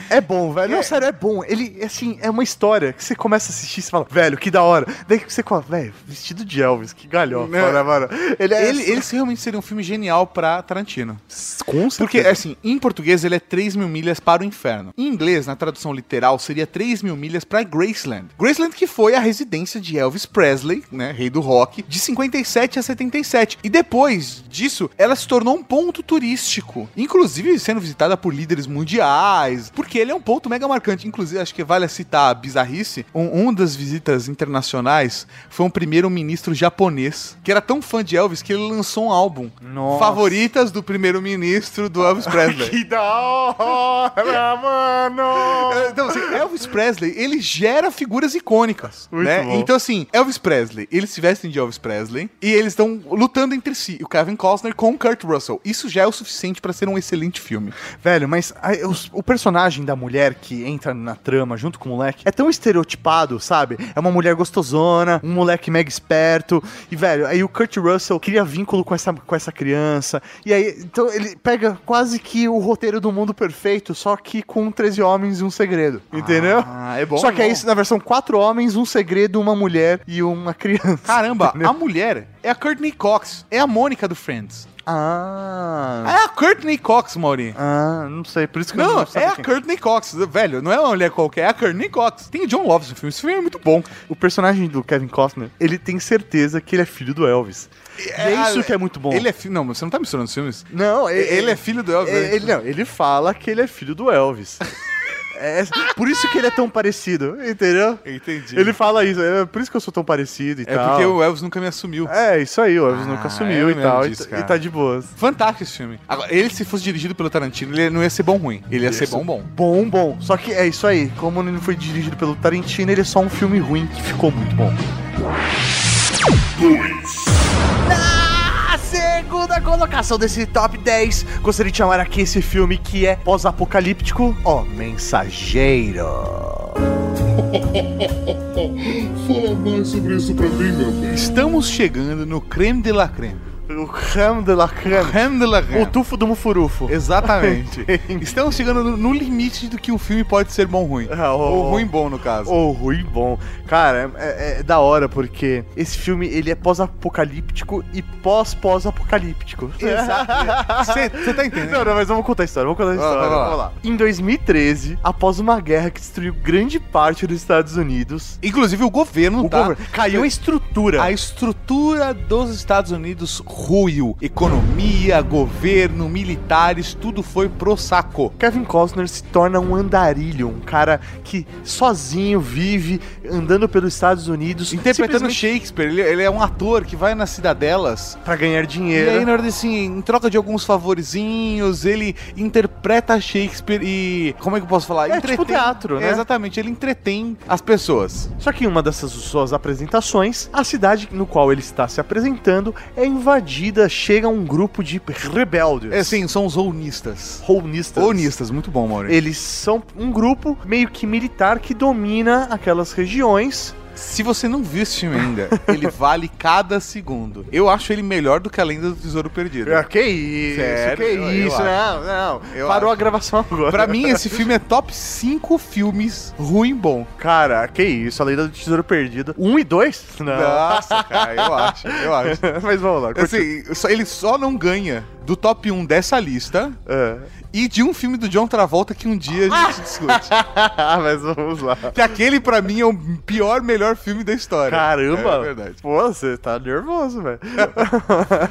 [SPEAKER 3] É bom, velho. Não, sério, é bom. Ele, assim, é uma história que você começa a assistir e você fala, velho, que da hora. Daí que você fala, velho, vestido de Elvis, que galhofa,
[SPEAKER 2] Né?
[SPEAKER 3] né, mano? Ele é.
[SPEAKER 2] Ele, ele realmente seria um filme genial pra Tarantino.
[SPEAKER 3] com
[SPEAKER 2] Porque, assim, em português ele é 3 mil milhas para o inferno. Em inglês, na tradução literal, seria 3 mil milhas pra Graceland. Graceland que foi a residência de Elvis Presley, né, rei do rock, de 57 a 77. E depois disso, ela se tornou um ponto turístico. Inclusive sendo visitada por líderes mundiais, porque ele é um ponto mega marcante. Inclusive, acho que vale citar a bizarrice. Um, uma das visitas internacionais foi um primeiro-ministro japonês, que era tão fã de Elvis que ele lançou um álbum
[SPEAKER 3] Nossa.
[SPEAKER 2] favoritas do primeiro-ministro do Elvis Presley.
[SPEAKER 3] é Que da hora, mano!
[SPEAKER 2] É, Então, assim, Elvis Presley, ele gera figuras icônicas,
[SPEAKER 3] Muito
[SPEAKER 2] né?
[SPEAKER 3] bom.
[SPEAKER 2] Então, assim, Elvis Presley, eles se vestem de Elvis Presley e eles estão lutando entre si, o Kevin Costner com o Kurt Russell. Isso já é o suficiente pra ser um excelente filme.
[SPEAKER 3] Velho, mas ai, os- o personagem da mulher que entra na trama junto com o moleque é tão estereotipado, sabe? É uma mulher gostosona, um moleque mega esperto. E, velho, aí o Kurt Russell cria vínculo com essa, com essa criança. E aí, então ele pega quase que o roteiro do mundo perfeito, só que com 13 homens e um segredo. Entendeu?
[SPEAKER 2] Ah, é bom,
[SPEAKER 3] Só que é
[SPEAKER 2] bom.
[SPEAKER 3] isso na versão quatro homens, um segredo, uma mulher e uma criança.
[SPEAKER 2] Caramba, a mulher é a Courtney Cox, é a Mônica do Friends.
[SPEAKER 3] Ah.
[SPEAKER 2] É a Courtney Cox, Mauri.
[SPEAKER 3] Ah, não sei, por isso que eu
[SPEAKER 2] Não,
[SPEAKER 3] não
[SPEAKER 2] é
[SPEAKER 3] sabia
[SPEAKER 2] a
[SPEAKER 3] quem.
[SPEAKER 2] Courtney Cox, velho, não é uma mulher qualquer, é a Courtney Cox. Tem o John Lopes no filme, esse filme é muito bom.
[SPEAKER 3] O personagem do Kevin Costner, ele tem certeza que ele é filho do Elvis. E é isso que é muito bom.
[SPEAKER 2] Ele é filho, não, você não tá misturando os filmes?
[SPEAKER 3] Não,
[SPEAKER 2] Ele, é filho do Elvis. né?
[SPEAKER 3] ele, ele- não, ele fala que ele é filho do Elvis. É, por isso que ele é tão parecido, entendeu?
[SPEAKER 2] Entendi.
[SPEAKER 3] Ele fala isso, é por isso que eu sou tão parecido e
[SPEAKER 2] é
[SPEAKER 3] tal.
[SPEAKER 2] porque o Elvis nunca me assumiu.
[SPEAKER 3] É, isso aí, o Elvis
[SPEAKER 2] Ah,
[SPEAKER 3] nunca
[SPEAKER 2] eu
[SPEAKER 3] sumiu e
[SPEAKER 2] lembro
[SPEAKER 3] tal, e
[SPEAKER 2] disso,
[SPEAKER 3] tá-
[SPEAKER 2] cara.
[SPEAKER 3] e tá de boas.
[SPEAKER 2] Fantástico esse filme. Agora, ele, se fosse dirigido pelo Tarantino, ele não ia ser bom ruim. Ele ia ser bom bom.
[SPEAKER 3] Bom, bom. Só que é isso aí. Como ele foi dirigido pelo Tarantino, ele é só um filme ruim que ficou muito bom. Na Segunda colocação desse top 10, gostaria de chamar aqui esse filme que é pós-apocalíptico, ó, Mensageiro.
[SPEAKER 1] Fala mais sobre isso pra mim, meu bem.
[SPEAKER 2] Estamos chegando no creme de la creme.
[SPEAKER 3] O creme de la creme.
[SPEAKER 2] Creme de la
[SPEAKER 3] O
[SPEAKER 2] creme.
[SPEAKER 3] tufo do mufurufo.
[SPEAKER 2] Exatamente. Estamos chegando no- no limite do que um filme pode ser bom ruim.
[SPEAKER 3] Ah, o-
[SPEAKER 2] Ou ruim bom, no caso.
[SPEAKER 3] Ô, ruim bom. Cara, é, é- é da hora, porque esse filme, ele é pós-apocalíptico e pós-pós-apocalíptico.
[SPEAKER 2] Você tá entendendo?
[SPEAKER 3] Não, não, mas vamos contar a história, vamos contar a
[SPEAKER 2] Vai,
[SPEAKER 3] história.
[SPEAKER 2] vai lá.
[SPEAKER 3] Vamos lá. Em 2013, após uma guerra que destruiu grande parte dos Estados Unidos,
[SPEAKER 2] Inclusive o governo,
[SPEAKER 3] o
[SPEAKER 2] tá?
[SPEAKER 3] governo- caiu a estrutura.
[SPEAKER 2] A estrutura dos Estados Unidos ruiu. Economia, governo, militares, tudo foi pro saco.
[SPEAKER 3] Kevin Costner se torna um andarilho, um cara que sozinho vive andando pelos Estados Unidos,
[SPEAKER 2] Interpretando
[SPEAKER 3] simplesmente
[SPEAKER 2] Shakespeare, ele, ele é um ator que vai nas cidadelas.
[SPEAKER 3] pra ganhar
[SPEAKER 2] E
[SPEAKER 3] dinheiro.
[SPEAKER 2] aí, na hora assim, em troca de alguns favorezinhos, ele interpreta Shakespeare e. Como é que eu posso falar?
[SPEAKER 3] É tipo teatro, né?
[SPEAKER 2] É, exatamente, ele entretém as pessoas.
[SPEAKER 3] Só que em uma dessas suas apresentações, a cidade no qual ele está se apresentando é invadida, chega um grupo de rebeldes.
[SPEAKER 2] É assim, são os ronistas.
[SPEAKER 3] Ronistas.
[SPEAKER 2] Ronistas, muito bom, Maurício.
[SPEAKER 3] Eles são um grupo meio que militar que domina aquelas regiões.
[SPEAKER 2] Se você não viu esse filme ainda, ele vale cada segundo. Eu acho ele melhor do que a Lenda do Tesouro Perdido.
[SPEAKER 3] Ah, que isso,
[SPEAKER 2] Sério?
[SPEAKER 3] que
[SPEAKER 2] Eu- eu
[SPEAKER 3] isso,
[SPEAKER 2] acho.
[SPEAKER 3] não, não.
[SPEAKER 2] Eu
[SPEAKER 3] Parou a gravação agora.
[SPEAKER 2] Pra mim, esse filme é top 5 filmes ruim bom.
[SPEAKER 3] Cara, que isso, a lenda do tesouro perdido. Um e dois? Não.
[SPEAKER 2] Nossa, cara, eu acho, eu acho.
[SPEAKER 3] Mas vamos lá. continua.
[SPEAKER 2] Assim, só- ele só não ganha do top 1 dessa lista
[SPEAKER 3] É.
[SPEAKER 2] e de um filme do John Travolta que um dia a gente discute.
[SPEAKER 3] Ah, Mas vamos lá.
[SPEAKER 2] Que aquele, pra mim, é o pior, melhor filme da história.
[SPEAKER 3] Caramba!
[SPEAKER 2] É verdade.
[SPEAKER 3] Pô, você tá nervoso, velho.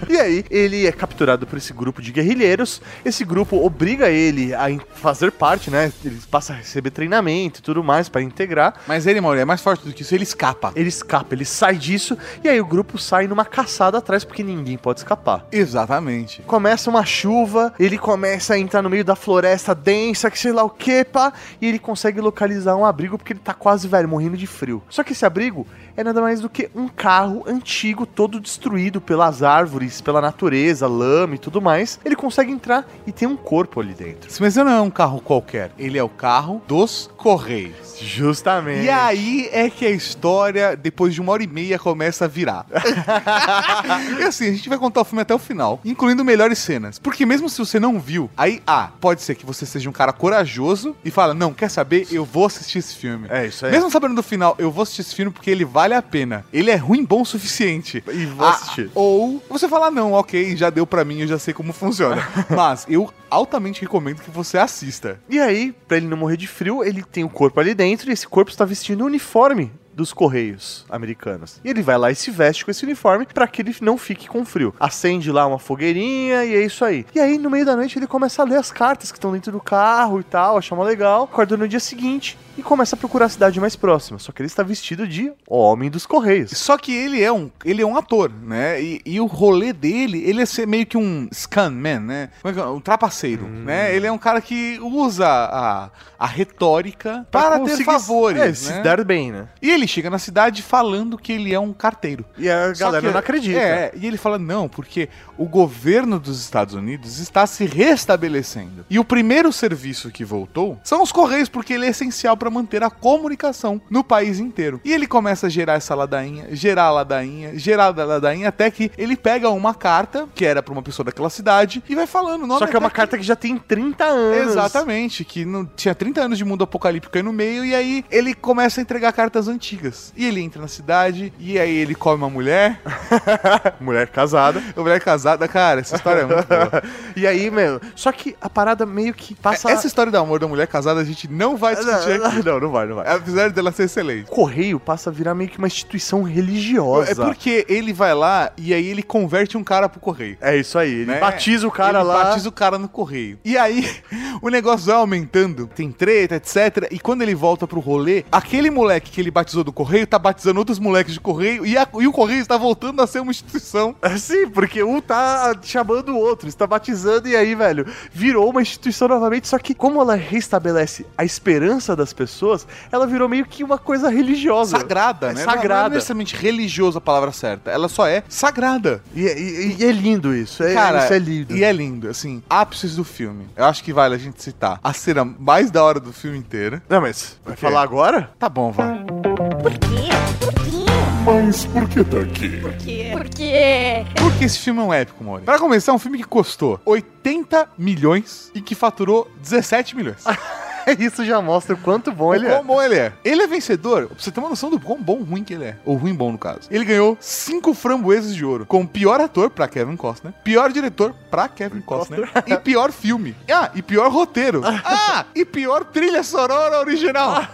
[SPEAKER 3] e aí, ele é capturado por esse grupo de guerrilheiros. Esse grupo obriga ele a in- fazer parte, né? Ele passa a receber treinamento e tudo mais pra integrar.
[SPEAKER 2] Mas ele, Mauri, é mais forte do que isso, ele escapa.
[SPEAKER 3] Ele escapa, ele sai disso. E aí, o grupo sai numa caçada atrás, porque ninguém pode escapar.
[SPEAKER 2] Exatamente.
[SPEAKER 3] Começa uma chuva, ele começa a entrar no meio da floresta densa, que sei lá o que, pá, e ele consegue localizar um abrigo porque ele tá quase, velho, morrendo de frio. Só que esse abrigo é nada mais do que um carro antigo, todo destruído pelas árvores, pela natureza, lama e tudo mais. Ele consegue entrar e tem um corpo ali dentro.
[SPEAKER 2] Mas ele não é um carro qualquer, ele é o carro dos Correios.
[SPEAKER 3] Justamente.
[SPEAKER 2] E aí é que a história, depois de uma hora e meia, começa a virar. e assim, a gente vai contar o filme até o final, incluindo melhores cenas. Porque mesmo se você não viu, aí, ah, pode ser que você seja um cara corajoso e fala, não, quer saber, eu vou assistir esse filme.
[SPEAKER 3] É isso aí.
[SPEAKER 2] Mesmo sabendo do final, eu vou assistir esse filme porque ele vale a pena. Ele é ruim bom o suficiente.
[SPEAKER 3] E vou
[SPEAKER 2] Ah,
[SPEAKER 3] assistir.
[SPEAKER 2] ou você fala, não, ok, já deu pra mim, eu já sei como funciona. Mas eu altamente recomendo que você assista.
[SPEAKER 3] E aí, pra ele não morrer de frio, ele tem o corpo ali dentro e esse corpo está vestindo o uniforme dos correios americanos. E ele vai lá e se veste com esse uniforme pra que ele não fique com frio. Acende lá uma fogueirinha e é isso aí. E aí, no meio da noite, ele começa a ler as cartas que estão dentro do carro e tal, acha mó legal, acorda no dia seguinte e começa a procurar a cidade mais próxima. Só que ele está vestido de homem dos correios.
[SPEAKER 2] Só que ele é um, ele é um ator, né? E, e o rolê dele, ele é ser meio que um scan man, né? Como é que é? Um trapaceiro,
[SPEAKER 3] Hum.
[SPEAKER 2] né? Ele é um cara que usa a, a retórica para ter
[SPEAKER 3] conseguir-
[SPEAKER 2] favores,
[SPEAKER 3] É,
[SPEAKER 2] né?
[SPEAKER 3] se dar bem, né?
[SPEAKER 2] E ele ele chega na cidade falando que ele é um carteiro.
[SPEAKER 3] E a
[SPEAKER 2] Só
[SPEAKER 3] galera
[SPEAKER 2] que-
[SPEAKER 3] não acredita.
[SPEAKER 2] É, e ele fala, não, porque o governo dos Estados Unidos está se restabelecendo. E o primeiro serviço que voltou são os Correios, porque ele é essencial para manter a comunicação no país inteiro. E ele começa a gerar essa ladainha, gerar a ladainha, gerar a ladainha, até que ele pega uma carta, que era para uma pessoa daquela cidade, e vai falando. o nome
[SPEAKER 3] Só que é
[SPEAKER 2] até
[SPEAKER 3] uma carta que já tem 30 anos.
[SPEAKER 2] Exatamente, que não tinha 30 anos de mundo apocalíptico aí no meio, e aí ele começa a entregar cartas antigas. E ele entra na cidade, e aí ele come uma mulher,
[SPEAKER 3] Mulher casada.
[SPEAKER 2] uma mulher casada, cara, essa história é muito boa.
[SPEAKER 3] e aí, meu, só que a parada meio que passa...
[SPEAKER 2] É, Essa história do amor da mulher casada a gente não vai discutir aqui,
[SPEAKER 3] não, não vai, não vai.
[SPEAKER 2] apesar dela ser
[SPEAKER 3] O
[SPEAKER 2] excelente.
[SPEAKER 3] correio passa a virar meio que uma instituição religiosa.
[SPEAKER 2] É porque ele vai lá e aí ele converte um cara pro correio.
[SPEAKER 3] É isso aí, ele
[SPEAKER 2] né?
[SPEAKER 3] batiza o cara
[SPEAKER 2] Ele
[SPEAKER 3] lá.
[SPEAKER 2] Batiza o cara no correio. E aí, o negócio vai aumentando, tem treta, etc. E quando ele volta pro rolê, aquele moleque que ele batizou do correio tá batizando outros moleques de correio e, a- e o correio está voltando a ser uma instituição.
[SPEAKER 3] É, Sim, porque um tá chamando o outro, está batizando, e aí, velho, virou uma instituição novamente. Só que, como ela restabelece a esperança das pessoas, ela virou meio que uma coisa religiosa.
[SPEAKER 2] Sagrada,
[SPEAKER 3] É
[SPEAKER 2] né? Não, não é
[SPEAKER 3] Sagrada.
[SPEAKER 2] necessariamente religiosa a palavra certa. Ela só é sagrada.
[SPEAKER 3] E, e- e é lindo isso. É,
[SPEAKER 2] Cara,
[SPEAKER 3] isso é lindo.
[SPEAKER 2] E é lindo, assim, ápices do filme. Eu acho que vale a gente citar a cena mais da hora do filme inteiro.
[SPEAKER 3] Não, mas vai
[SPEAKER 2] quê?
[SPEAKER 3] falar agora?
[SPEAKER 2] Tá bom, vai.
[SPEAKER 1] Mas por que tá aqui?
[SPEAKER 5] Por quê?
[SPEAKER 2] Por que esse filme é um épico, Mori? Pra começar, é um filme que custou 80 milhões e que faturou 17 milhões.
[SPEAKER 3] Ah, isso já mostra o quanto bom ele
[SPEAKER 2] o quão
[SPEAKER 3] é.
[SPEAKER 2] bom ele é. Ele é vencedor, pra você ter uma noção do quão bom ruim que ele é. Ou ruim bom, no caso. Ele ganhou cinco framboesas de ouro, com pior ator pra Kevin Costner, pior diretor pra Kevin Costner, e pior filme. Ah, e pior roteiro. Ah, e pior trilha sonora
[SPEAKER 3] Ah.
[SPEAKER 2] original.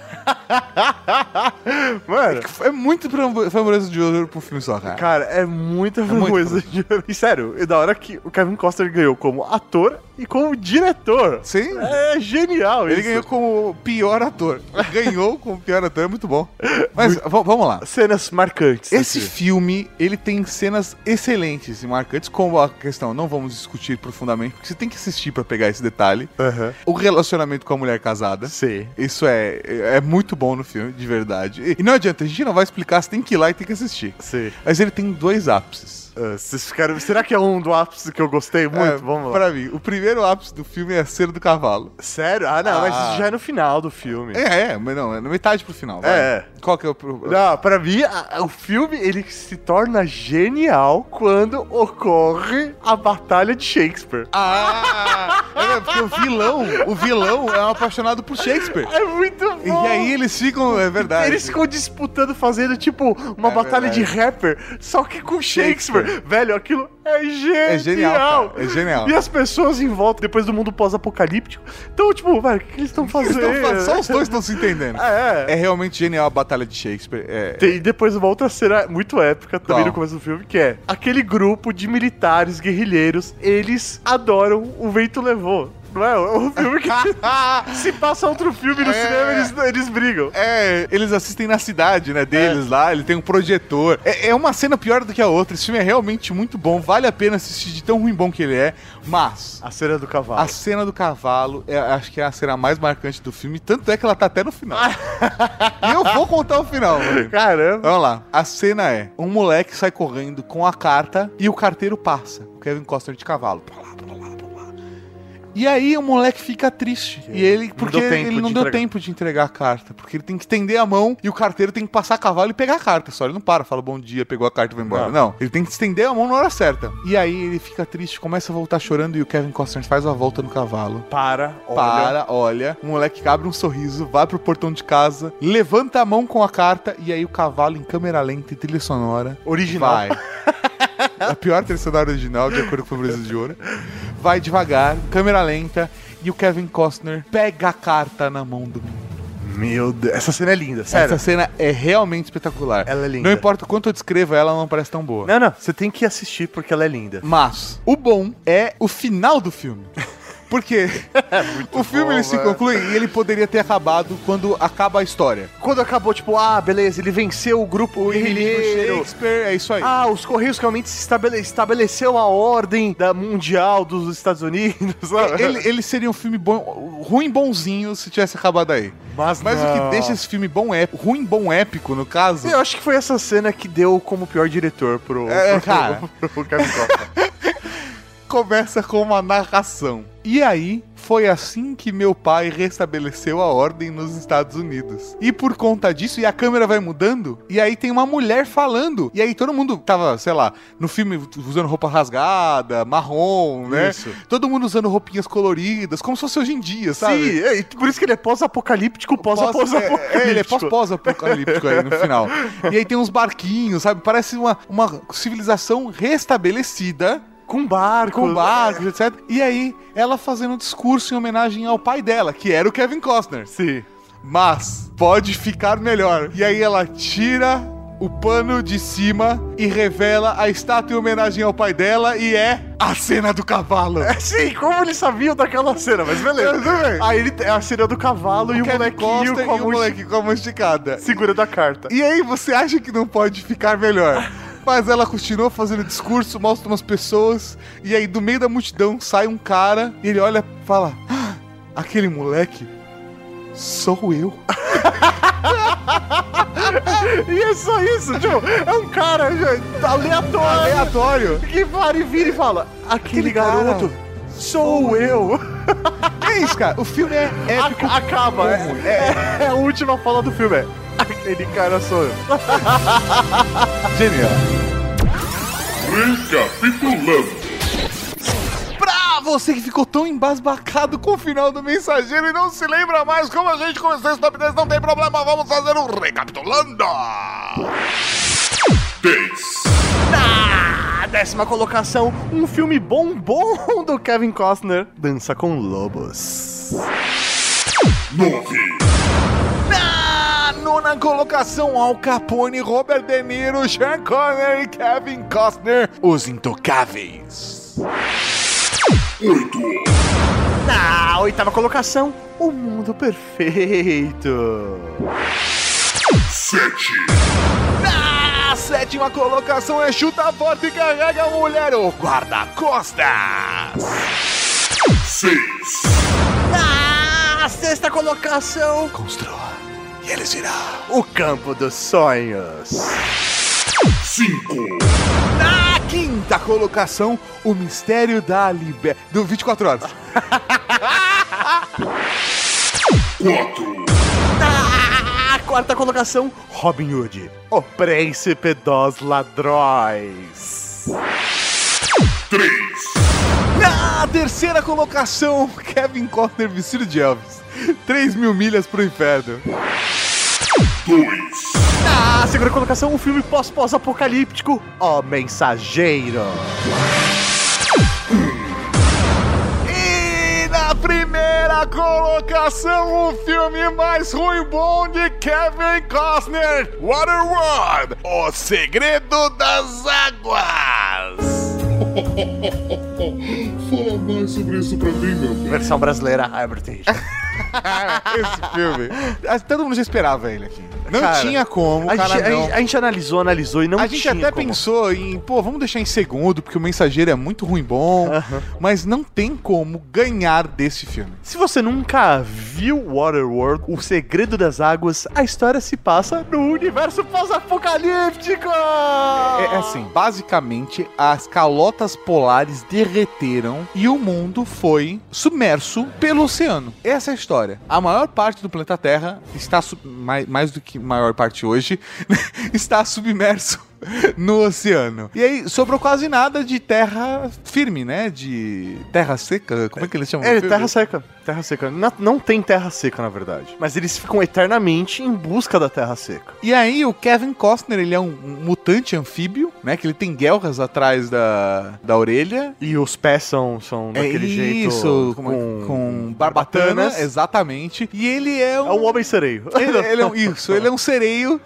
[SPEAKER 3] Mano,
[SPEAKER 2] É muito frambo- framboesa de ouro pro filme só, cara.
[SPEAKER 3] cara, é muita
[SPEAKER 2] muito
[SPEAKER 3] coisa. E sério, e da hora que o Kevin Costner ganhou como ator e como diretor.
[SPEAKER 2] Sim.
[SPEAKER 3] É genial
[SPEAKER 2] Ele
[SPEAKER 3] isso.
[SPEAKER 2] ganhou como pior ator. Ganhou como pior ator, é muito bom. Mas v- vamos lá.
[SPEAKER 3] cenas marcantes. assim.
[SPEAKER 2] Esse
[SPEAKER 3] aqui.
[SPEAKER 2] filme, ele tem cenas excelentes e marcantes, como a questão, não vamos discutir profundamente, porque você tem que assistir pra pegar esse detalhe.
[SPEAKER 3] Aham.
[SPEAKER 2] O relacionamento com a mulher casada.
[SPEAKER 3] Sim.
[SPEAKER 2] Isso é, é muito bom no filme, de verdade. E- E não adianta, a gente não vai explicar, você tem que ir lá e tem que assistir.
[SPEAKER 3] Sim.
[SPEAKER 2] Mas ele tem dois ápices.
[SPEAKER 3] Ah, vocês ficaram... Será que é um do ápice que eu gostei muito?
[SPEAKER 2] É,
[SPEAKER 3] Vamos lá.
[SPEAKER 2] Pra mim, o primeiro ápice do filme é a cena do cavalo.
[SPEAKER 3] Sério? Ah, não, mas
[SPEAKER 2] Ah.
[SPEAKER 3] isso já é no final do filme.
[SPEAKER 2] É, é, mas não, é na metade pro final. vai.
[SPEAKER 3] É.
[SPEAKER 2] Qual que é o problema?
[SPEAKER 3] Não, pra mim, a- a- o filme ele se torna genial quando ocorre a Batalha de Shakespeare.
[SPEAKER 2] Ah! é porque o vilão, o vilão é um apaixonado por Shakespeare.
[SPEAKER 3] É muito
[SPEAKER 2] E
[SPEAKER 3] bom!
[SPEAKER 2] aí eles ficam, é verdade.
[SPEAKER 3] Eles ficam disputando, fazendo tipo uma
[SPEAKER 2] É
[SPEAKER 3] batalha
[SPEAKER 2] verdade.
[SPEAKER 3] de rapper, só que com Shakespeare.
[SPEAKER 2] Shakespeare.
[SPEAKER 3] Velho, aquilo é genial.
[SPEAKER 2] É genial, cara. É genial.
[SPEAKER 3] E as pessoas em volta, depois do mundo pós-apocalíptico, então, tipo, velho, o que eles estão
[SPEAKER 2] Eles
[SPEAKER 3] fazendo?
[SPEAKER 2] tão fa- Só os dois estão se entendendo.
[SPEAKER 3] É.
[SPEAKER 2] É realmente genial a batalha de Shakespeare. É,
[SPEAKER 3] Tem depois uma outra cena muito épica também
[SPEAKER 2] Qual?
[SPEAKER 3] no começo do filme, que é aquele grupo de militares guerrilheiros, eles adoram O Vento Levou. Não é? É um filme
[SPEAKER 2] Ah,
[SPEAKER 3] que se passa outro filme no
[SPEAKER 2] É.
[SPEAKER 3] cinema, eles, eles brigam.
[SPEAKER 2] É, eles assistem na cidade, né?
[SPEAKER 3] É.
[SPEAKER 2] Deles lá, ele tem um projetor. É, é uma cena pior do que a outra. Esse filme é realmente muito bom. Vale a pena assistir de tão ruim bom que ele é. Mas.
[SPEAKER 3] A cena do cavalo.
[SPEAKER 2] A cena do cavalo, é- acho que é a cena mais marcante do filme, tanto é que ela tá até no final. e eu vou contar o final, mano.
[SPEAKER 3] Caramba.
[SPEAKER 2] Vamos lá. A cena é: um moleque sai correndo com a carta e o carteiro passa. O Kevin Costner de cavalo. Pra lá, pra lá, pra lá. E aí o moleque fica triste. E ele, porque
[SPEAKER 3] deu tempo
[SPEAKER 2] ele não
[SPEAKER 3] de
[SPEAKER 2] deu
[SPEAKER 3] entregar.
[SPEAKER 2] tempo de entregar a carta. Porque ele tem que estender a mão e o carteiro tem que passar a cavalo e pegar a carta. Só ele não para, fala bom dia, pegou a carta e vai embora.
[SPEAKER 3] Não.
[SPEAKER 2] Não. ele tem que estender a mão na hora certa. E aí ele fica triste, começa a voltar chorando e o Kevin Costner faz a volta no cavalo.
[SPEAKER 3] Para, olha.
[SPEAKER 2] Para, olha. O moleque abre um sorriso, vai pro portão de casa, levanta a mão com a carta e aí o cavalo em câmera lenta e trilha sonora.
[SPEAKER 3] Original.
[SPEAKER 2] Vai. a pior trilha sonora original, de acordo com o Brasil de Ouro. Vai devagar, câmera lenta e o Kevin Costner pega a carta na mão do menino.
[SPEAKER 3] Meu Deus. Essa cena é linda, sério.
[SPEAKER 2] Essa cena é realmente espetacular.
[SPEAKER 3] Ela é linda.
[SPEAKER 2] Não importa o quanto eu descreva, ela não parece tão boa.
[SPEAKER 3] Não, não. Você tem que assistir porque ela é linda.
[SPEAKER 2] Mas o bom é o final do filme. Porque o filme
[SPEAKER 3] bom, né?
[SPEAKER 2] ele se
[SPEAKER 3] velho.
[SPEAKER 2] conclui e ele poderia ter acabado quando acaba a história.
[SPEAKER 3] Quando acabou, tipo, ah, beleza, ele venceu o grupo guerrilheiro.
[SPEAKER 2] Shakespeare, é isso aí.
[SPEAKER 3] Ah, os Correios realmente se estabele- estabeleceu a ordem da mundial dos Estados Unidos. sabe?
[SPEAKER 2] Ele, ele seria um filme bom, ruim bonzinho se tivesse acabado aí.
[SPEAKER 3] Mas
[SPEAKER 2] Mas o
[SPEAKER 3] não.
[SPEAKER 2] que deixa esse filme bom épico, ruim bom épico, no caso,
[SPEAKER 3] Eu acho que foi essa cena que deu como pior diretor pro,
[SPEAKER 2] É,
[SPEAKER 3] pro-
[SPEAKER 2] cara.
[SPEAKER 3] pro, Kevin Costner.
[SPEAKER 2] começa com uma narração. E aí, foi assim que meu pai restabeleceu a ordem nos Estados Unidos. E por conta disso, e a câmera vai mudando, e aí tem uma mulher falando. E aí todo mundo tava, sei lá, no filme usando roupa rasgada, marrom, né?
[SPEAKER 3] Isso.
[SPEAKER 2] Todo mundo usando roupinhas coloridas, como se fosse hoje em dia, sabe?
[SPEAKER 3] Sim, é, e por isso que ele é pós-apocalíptico,
[SPEAKER 2] Pós-
[SPEAKER 3] pós-apocalíptico.
[SPEAKER 2] é, é, ele é pós-pós-apocalíptico aí no final. E aí tem uns barquinhos, sabe? Parece uma, uma civilização restabelecida
[SPEAKER 3] Com barco.
[SPEAKER 2] com barcos, etc. E aí, ela fazendo um discurso em homenagem ao pai dela, que era o Kevin Costner.
[SPEAKER 3] Sim.
[SPEAKER 2] Mas pode ficar melhor. E aí ela tira o pano de cima e revela a estátua em homenagem ao pai dela e é a cena do cavalo.
[SPEAKER 3] É, Sim, como eles sabiam daquela cena, mas beleza.
[SPEAKER 2] Tudo bem.
[SPEAKER 3] Aí ele, é a cena do cavalo e o
[SPEAKER 2] Kevin
[SPEAKER 3] molequinho
[SPEAKER 2] Costner
[SPEAKER 3] com a
[SPEAKER 2] e o
[SPEAKER 3] mão
[SPEAKER 2] moleque com a mão esticada.
[SPEAKER 3] segurando a carta.
[SPEAKER 2] E aí você acha que não pode ficar melhor. Mas ela continua fazendo discurso, mostra umas pessoas, e aí do meio da multidão sai um cara, e ele olha e fala: "Ah, aquele moleque sou eu.
[SPEAKER 3] E é só isso, tipo, é um cara gente, aleatório
[SPEAKER 2] Aleatório.
[SPEAKER 3] que para e vira e fala: Aquele,
[SPEAKER 2] Aquele cara
[SPEAKER 3] garoto sou eu.
[SPEAKER 2] É isso, cara. O filme é épico.
[SPEAKER 3] Ac- acaba, é,
[SPEAKER 2] Como?
[SPEAKER 3] é- é a última fala do filme. é, Aquele cara sou eu.
[SPEAKER 2] Genial.
[SPEAKER 1] Recapitulando.
[SPEAKER 2] Pra você que ficou tão embasbacado com o final do Mensageiro e não se lembra mais como a gente começou esse top 10, não tem problema, vamos fazer um recapitulando.
[SPEAKER 1] 10.
[SPEAKER 3] Na Ah, décima colocação, um filme bom bom do Kevin Costner: Dança com Lobos.
[SPEAKER 1] 9.
[SPEAKER 2] Na nona colocação, Al Capone, Robert De Niro, Sean Connery, Kevin Costner, Os Intocáveis.
[SPEAKER 1] 8.
[SPEAKER 3] Na oitava colocação, O Mundo Perfeito.
[SPEAKER 1] 7.
[SPEAKER 2] Na sétima colocação é Chuta a Porta e Carrega a Mulher, o Guarda-Costas.
[SPEAKER 1] 6.
[SPEAKER 3] Na sexta colocação,
[SPEAKER 2] Construa e eles virão.
[SPEAKER 3] O Campo dos Sonhos.
[SPEAKER 1] 5.
[SPEAKER 2] Na quinta colocação, O Mistério da Liber... Do 24 Horas.
[SPEAKER 1] 4.
[SPEAKER 3] Na quarta colocação, Robin Hood, o príncipe dos ladrões.
[SPEAKER 1] 3.
[SPEAKER 2] Na terceira colocação, Kevin Costner vestido de Elvis. 3 mil milhas pro inferno.
[SPEAKER 1] 2.
[SPEAKER 3] Na segunda colocação, um filme pós-pós-apocalíptico, O Mensageiro.
[SPEAKER 2] E na primeira colocação, o filme mais ruim bom de Kevin Costner, Waterworld, O Segredo das Águas.
[SPEAKER 1] Fala mais sobre isso pra mim, meu bem.
[SPEAKER 3] Versão brasileira Hybrid Edition.
[SPEAKER 2] Esse filme, acho que todo mundo já esperava ele aqui. Não
[SPEAKER 3] Cara,
[SPEAKER 2] tinha como,
[SPEAKER 3] A
[SPEAKER 2] cara,
[SPEAKER 3] gente, a
[SPEAKER 2] não.
[SPEAKER 3] gente- a gente analisou, analisou e não
[SPEAKER 2] A gente
[SPEAKER 3] tinha
[SPEAKER 2] até
[SPEAKER 3] como.
[SPEAKER 2] pensou em, pô, vamos deixar em segundo, porque o mensageiro é muito ruim bom, mas não tem como ganhar desse filme.
[SPEAKER 3] Se você nunca viu Waterworld, O Segredo das Águas, a história se passa no universo pós-apocalíptico!
[SPEAKER 2] É, é assim, basicamente as calotas polares derreteram e o mundo foi submerso pelo oceano. Essa é a história. A maior parte do planeta Terra está sub- mais, mais do que maior parte hoje está submerso no oceano. E aí sobrou quase nada de terra firme, né? De terra seca. Como é que eles chamam?
[SPEAKER 3] É,
[SPEAKER 2] no filme?
[SPEAKER 3] terra seca. Terra seca. Na- não tem terra seca, na verdade. Mas eles ficam eternamente em busca da terra seca.
[SPEAKER 2] E aí o Kevin Costner, ele é um, um mutante anfíbio né? Que ele tem guelras atrás da, da orelha.
[SPEAKER 3] E os pés são, são daquele jeito.
[SPEAKER 2] É isso, com,
[SPEAKER 3] com,
[SPEAKER 2] com barbatanas,
[SPEAKER 3] barbatanas.
[SPEAKER 2] exatamente. E ele é
[SPEAKER 3] É um
[SPEAKER 2] um...
[SPEAKER 3] homem sereio.
[SPEAKER 2] Ele, ele é um- isso, ele é um sereio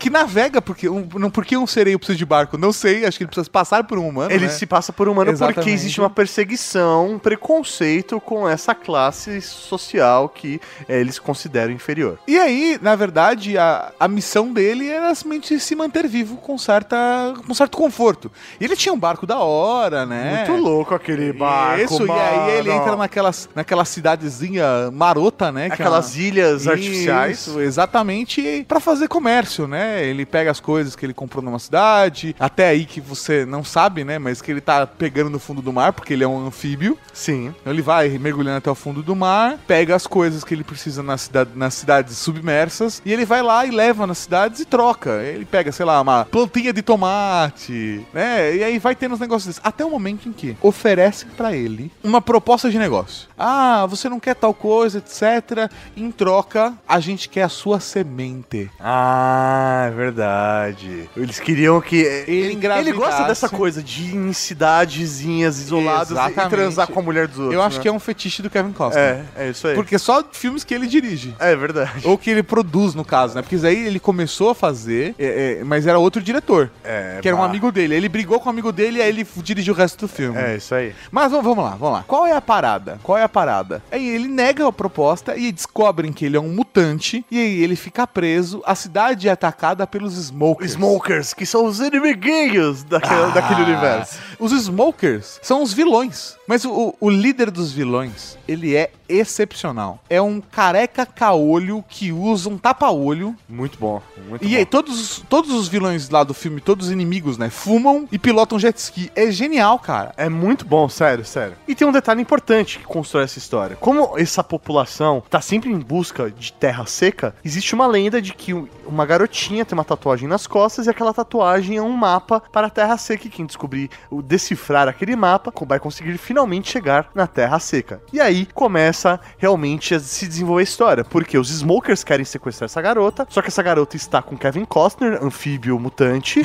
[SPEAKER 2] que navega, porque um, não, por que um sereio precisa de barco? Não sei, acho que ele precisa passar por um humano.
[SPEAKER 3] Ele
[SPEAKER 2] né?
[SPEAKER 3] se passa por humano porque
[SPEAKER 2] Exatamente.
[SPEAKER 3] existe uma perseguição, um preconceito com essa classe social que eh, eles consideram inferior.
[SPEAKER 2] E aí, na verdade, a, a missão dele era simplesmente se manter vivo com, certa, com certo conforto. E ele tinha um barco da hora, né?
[SPEAKER 3] Muito louco aquele barco,
[SPEAKER 2] Isso, e
[SPEAKER 3] mano.
[SPEAKER 2] aí ele entra naquelas, naquela cidadezinha marota, né? que é
[SPEAKER 3] Aquelas ilhas
[SPEAKER 2] Isso,
[SPEAKER 3] artificiais.
[SPEAKER 2] exatamente, pra fazer comércio, né? Ele pega as coisas que ele comprou numa cidade, até aí que você não sabe, né? Mas que ele tá pegando no fundo do mar, porque ele é um anfíbio.
[SPEAKER 3] Sim.
[SPEAKER 2] Então ele vai mergulhando até o fundo do mar, pega as coisas que ele precisa na cida- nas cidades submersas, e ele vai lá e leva nas cidades e troca. Ele pega, sei lá, uma plantinha de tomate, né? E aí vai tendo os negócios desses. Até o momento em que oferecem pra ele uma proposta de negócio. Ah, você não quer tal coisa, etc. Em troca, a gente quer a sua semente.
[SPEAKER 3] Ah, é verdade. Eles queriam que. é, Ele,
[SPEAKER 2] engravidasse.
[SPEAKER 3] gosta dessa coisa de ir em cidadezinhas isoladas e
[SPEAKER 2] Exatamente.
[SPEAKER 3] transar com a mulher dos outros.
[SPEAKER 2] Eu acho
[SPEAKER 3] né?
[SPEAKER 2] que é um fetiche do Kevin Costner.
[SPEAKER 3] É, é isso aí.
[SPEAKER 2] Porque só filmes que ele dirige.
[SPEAKER 3] É verdade.
[SPEAKER 2] Ou que ele produz, no caso, né? Porque isso aí ele começou a fazer, é, é, mas era outro diretor.
[SPEAKER 3] É,
[SPEAKER 2] que era um
[SPEAKER 3] bah.
[SPEAKER 2] amigo dele. Ele brigou com o amigo dele e aí ele f- dirigiu o resto do filme.
[SPEAKER 3] É isso aí.
[SPEAKER 2] Mas vamos, vamos lá, vamos lá. Qual é a parada? Qual é a parada? Aí ele nega a proposta e descobrem que ele é um mutante. E aí ele fica preso. A cidade é atacada pelos smokers.
[SPEAKER 3] Smokers, que são os inimiguinhos daquele,
[SPEAKER 2] Ah,
[SPEAKER 3] é, daquele universo.
[SPEAKER 2] Os smokers são os vilões. Mas o- o, o líder dos vilões, ele é excepcional. É um careca caolho que usa um tapa-olho
[SPEAKER 3] Muito bom, muito
[SPEAKER 2] E aí, todos, os- todos os vilões lá do filme, todos os inimigos, né, fumam e pilotam jet ski. É genial, cara.
[SPEAKER 3] É muito bom, sério, sério. E tem um detalhe importante que constrói essa história. Como essa população tá sempre em busca de terra seca, existe uma lenda de que um- uma garotinha tem uma tatuagem nas costas e aquela tatuagem é um mapa para a terra seca. E quem descobrir o decifrar aquele mapa co- vai conseguir finalmente chegar na terra seca. E aí começa realmente a se desenvolver a história, porque os Smokers querem sequestrar essa garota, só que essa garota está com Kevin Costner, anfíbio mutante.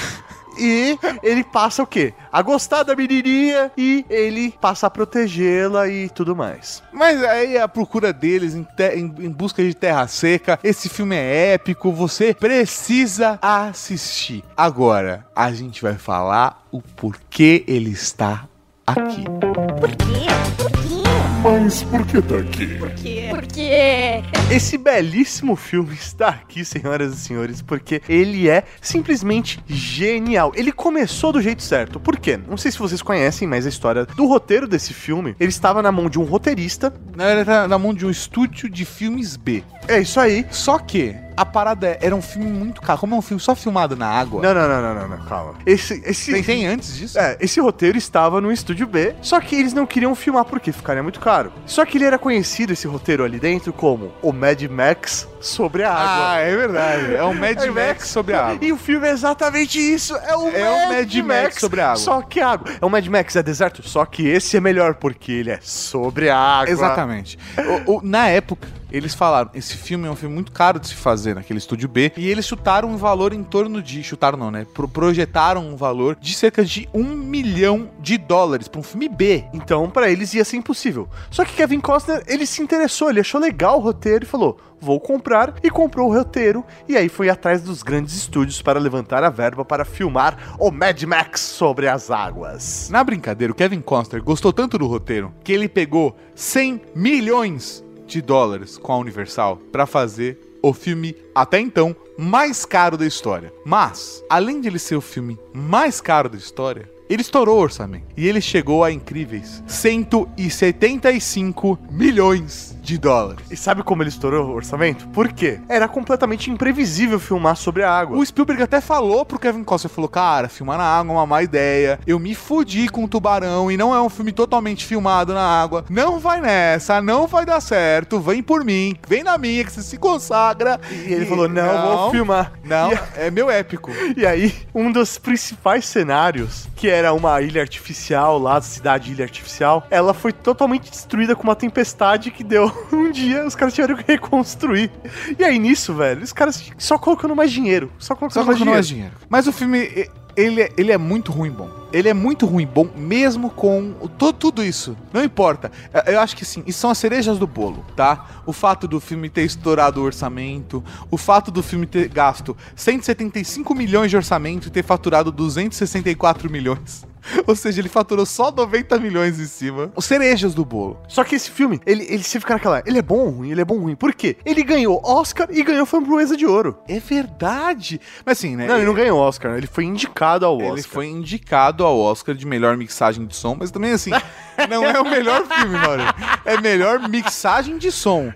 [SPEAKER 3] E ele passa o quê? A gostar da menininha e ele passa a protegê-la e tudo mais.
[SPEAKER 2] Mas aí a procura deles em, te- em- em busca de terra seca. Esse filme é épico, você precisa assistir. Agora, a gente vai falar Ah, o porquê ele está aqui.
[SPEAKER 1] Mas por que tá aqui?
[SPEAKER 5] Por quê?
[SPEAKER 3] Esse belíssimo filme está aqui, senhoras e senhores, porque ele é simplesmente genial. Ele começou do jeito certo. Por quê? Não sei se vocês conhecem, mas a história do roteiro desse filme, ele estava na mão de um roteirista.
[SPEAKER 2] Na verdade, tá na mão de um estúdio de filmes B.
[SPEAKER 3] É isso aí.
[SPEAKER 2] Só que a parada é, era um filme muito caro. Como é um filme só filmado na água?
[SPEAKER 3] Não, não, não, não, não, não, calma. Esse esse
[SPEAKER 2] Tem, tem antes disso?
[SPEAKER 3] É, esse roteiro estava no estúdio B, só que eles não queriam filmar porque ficaria muito caro. Só que ele era conhecido, esse roteiro ali dentro, como o Mad Max sobre a água.
[SPEAKER 2] Ah, é verdade. É um Mad
[SPEAKER 3] É
[SPEAKER 2] Max sobre a água.
[SPEAKER 3] E o filme é exatamente isso. É o,
[SPEAKER 2] É
[SPEAKER 3] Mad,
[SPEAKER 2] o Mad
[SPEAKER 3] Max,
[SPEAKER 2] Max sobre a água.
[SPEAKER 3] Só que água. É o Mad Max, é deserto. Só que esse é melhor porque ele é sobre a água.
[SPEAKER 2] Exatamente. O- o- na época, eles falaram: esse filme é um filme muito caro de se fazer naquele estúdio B. E eles chutaram um valor em torno de. Chutaram, não, né? Pro- projetaram um valor de cerca de um milhão de dólares pra um filme B.
[SPEAKER 3] Então, pra eles ia ser impossível. Só que Kevin Costner, ele se interessou, ele achou legal o roteiro e falou: "Vou comprar" e comprou o roteiro e aí foi atrás dos grandes estúdios para levantar a verba para filmar o Mad Max sobre as águas.
[SPEAKER 2] Na brincadeira, o Kevin Costner gostou tanto do roteiro que ele pegou 100 milhões de dólares com a Universal pra fazer o filme, até então, mais caro da história. Mas, além de ele ser o filme mais caro da história, ele estourou o orçamento e ele chegou a incríveis 175 milhões de dólares.
[SPEAKER 3] E sabe como ele estourou o orçamento? Por quê? Era completamente imprevisível filmar sobre a água.
[SPEAKER 2] O Spielberg até falou pro Kevin Costner, falou, cara, filmar na água é uma má ideia, eu me fudi com o tubarão e não é um filme totalmente filmado na água, não vai nessa, não vai dar certo, vem por mim, vem na minha que você se consagra.
[SPEAKER 3] E ele falou: "Não, vou filmar".
[SPEAKER 2] Não,
[SPEAKER 3] E
[SPEAKER 2] é meu épico.
[SPEAKER 3] E aí, um dos principais cenários, que era uma ilha artificial lá, cidade ilha artificial, ela foi totalmente destruída com uma tempestade que deu um dia, os caras tiveram que reconstruir. E aí nisso, velho, os caras só colocando mais dinheiro, só colocando,
[SPEAKER 2] Só
[SPEAKER 3] mais,
[SPEAKER 2] colocando mais
[SPEAKER 3] dinheiro.
[SPEAKER 2] dinheiro. Mas o filme, eh, ele, é- ele é muito ruim bom. Ele é muito ruim bom, mesmo com to- tudo isso. Não importa. É, Eu acho que sim, isso são as cerejas do bolo, tá? O fato do filme ter estourado o orçamento, o fato do filme ter gasto 175 milhões de orçamento e ter faturado 264 milhões. Ou seja, ele faturou só 90 milhões em cima. Os cerejas do bolo.
[SPEAKER 3] Só que esse filme, ele, ele sempre fica naquela. Ele é bom ou ruim? Ele é bom ou ruim? Por quê? Ele ganhou Oscar e ganhou Framboesa de Ouro.
[SPEAKER 2] É verdade. Mas assim, né?
[SPEAKER 3] Não, ele não ganhou Oscar, ele foi indicado ao Oscar.
[SPEAKER 2] Ele foi indicado ao Oscar de melhor mixagem de som, mas também assim, não é o melhor filme, mano. É melhor mixagem de som.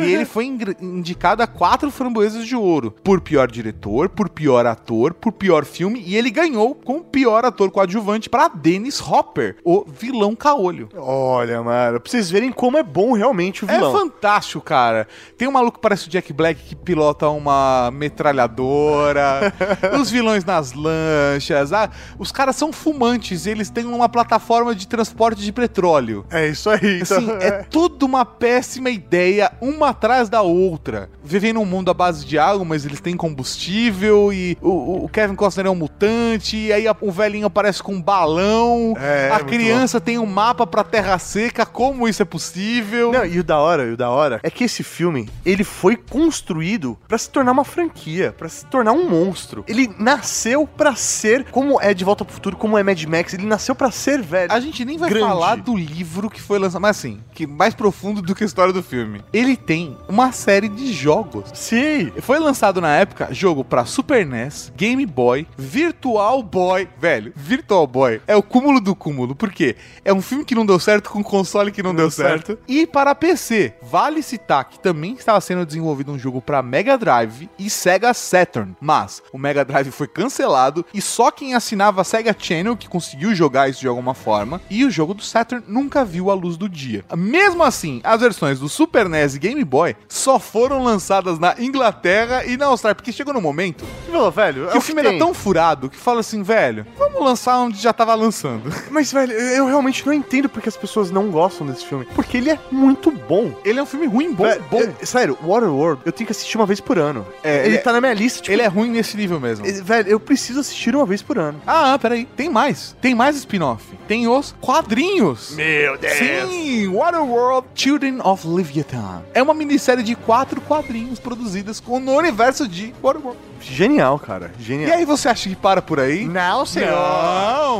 [SPEAKER 2] E ele foi ingre- indicado a quatro framboesas de ouro. Por pior diretor, por pior ator, por pior filme. E ele ganhou com pior ator coadjuvante pra Dennis Hopper, o vilão caolho.
[SPEAKER 3] Olha, mano, pra vocês verem como é bom realmente o
[SPEAKER 2] É
[SPEAKER 3] vilão.
[SPEAKER 2] fantástico, cara. Tem um maluco que parece o Jack Black que pilota uma metralhadora, os vilões nas lanchas. ah, os caras são fumantes e eles têm uma plataforma de transporte de petróleo.
[SPEAKER 3] É, isso aí. Então,
[SPEAKER 2] Assim, é tudo uma péssima ideia, uma atrás da outra. Vivem num mundo à base de água, mas eles têm combustível e o- o, o Kevin Costner é um mutante, e aí a- o velhinho aparece com um balão,
[SPEAKER 3] É, é
[SPEAKER 2] a
[SPEAKER 3] muito
[SPEAKER 2] criança tem um mapa pra terra seca, como isso é possível?
[SPEAKER 3] Não, e o da hora, e o da hora é que esse filme, ele foi construído pra se tornar uma franquia, pra se tornar um monstro. Ele nasceu pra ser como é de Volta pro Futuro, como é Mad Max, ele nasceu pra ser velho.
[SPEAKER 2] A gente nem vai
[SPEAKER 3] Grande.
[SPEAKER 2] falar do livro que foi lançado, mas assim, que mais profundo do que a história do filme. Ele tem uma série de jogos.
[SPEAKER 3] Sim.
[SPEAKER 2] Foi lançado na época jogo pra Super NES, Game Boy, Virtual Boy. Velho, Virtual Boy é o cúmulo do cúmulo, porque é um filme que não deu certo com um console que não, deu certo. E para PC, vale citar que também estava sendo desenvolvido um jogo pra Mega Drive e Sega Saturn, mas o Mega Drive foi cancelado e só quem assinava a Sega Channel que conseguiu jogar isso de alguma forma, e o jogo do Saturn nunca viu a luz do dia. Mesmo assim, as versões do Super NES e Game Boy só foram lançadas na Inglaterra e na Austrália, porque chegou no momento
[SPEAKER 3] Pô, velho, é
[SPEAKER 2] que o filme
[SPEAKER 3] que
[SPEAKER 2] era
[SPEAKER 3] tem.
[SPEAKER 2] tão furado que fala assim, velho, vamos lançar onde já tava lançando.
[SPEAKER 3] Mas, velho, eu realmente não entendo porque as pessoas não gostam desse filme. Porque ele é muito bom.
[SPEAKER 2] Ele é um filme ruim, bom,
[SPEAKER 3] Vé- é,
[SPEAKER 2] bom.
[SPEAKER 3] eu- sério, Waterworld, eu tenho que assistir uma vez por ano.
[SPEAKER 2] É,
[SPEAKER 3] ele
[SPEAKER 2] ele é-
[SPEAKER 3] tá na minha lista, tipo,
[SPEAKER 2] Ele é ruim nesse nível mesmo.
[SPEAKER 3] ele- Velho, eu preciso assistir uma vez por ano.
[SPEAKER 2] Ah, ah, peraí, tem mais. Tem mais spin-off. Tem os quadrinhos.
[SPEAKER 3] Meu
[SPEAKER 2] Sim, Waterworld Children of Leviathan. É uma minissérie de quatro quadrinhos produzidas com, no universo de Waterworld.
[SPEAKER 3] Genial, cara.
[SPEAKER 2] E
[SPEAKER 3] Genial.
[SPEAKER 2] aí você acha que para por aí?
[SPEAKER 3] Não,
[SPEAKER 2] Não,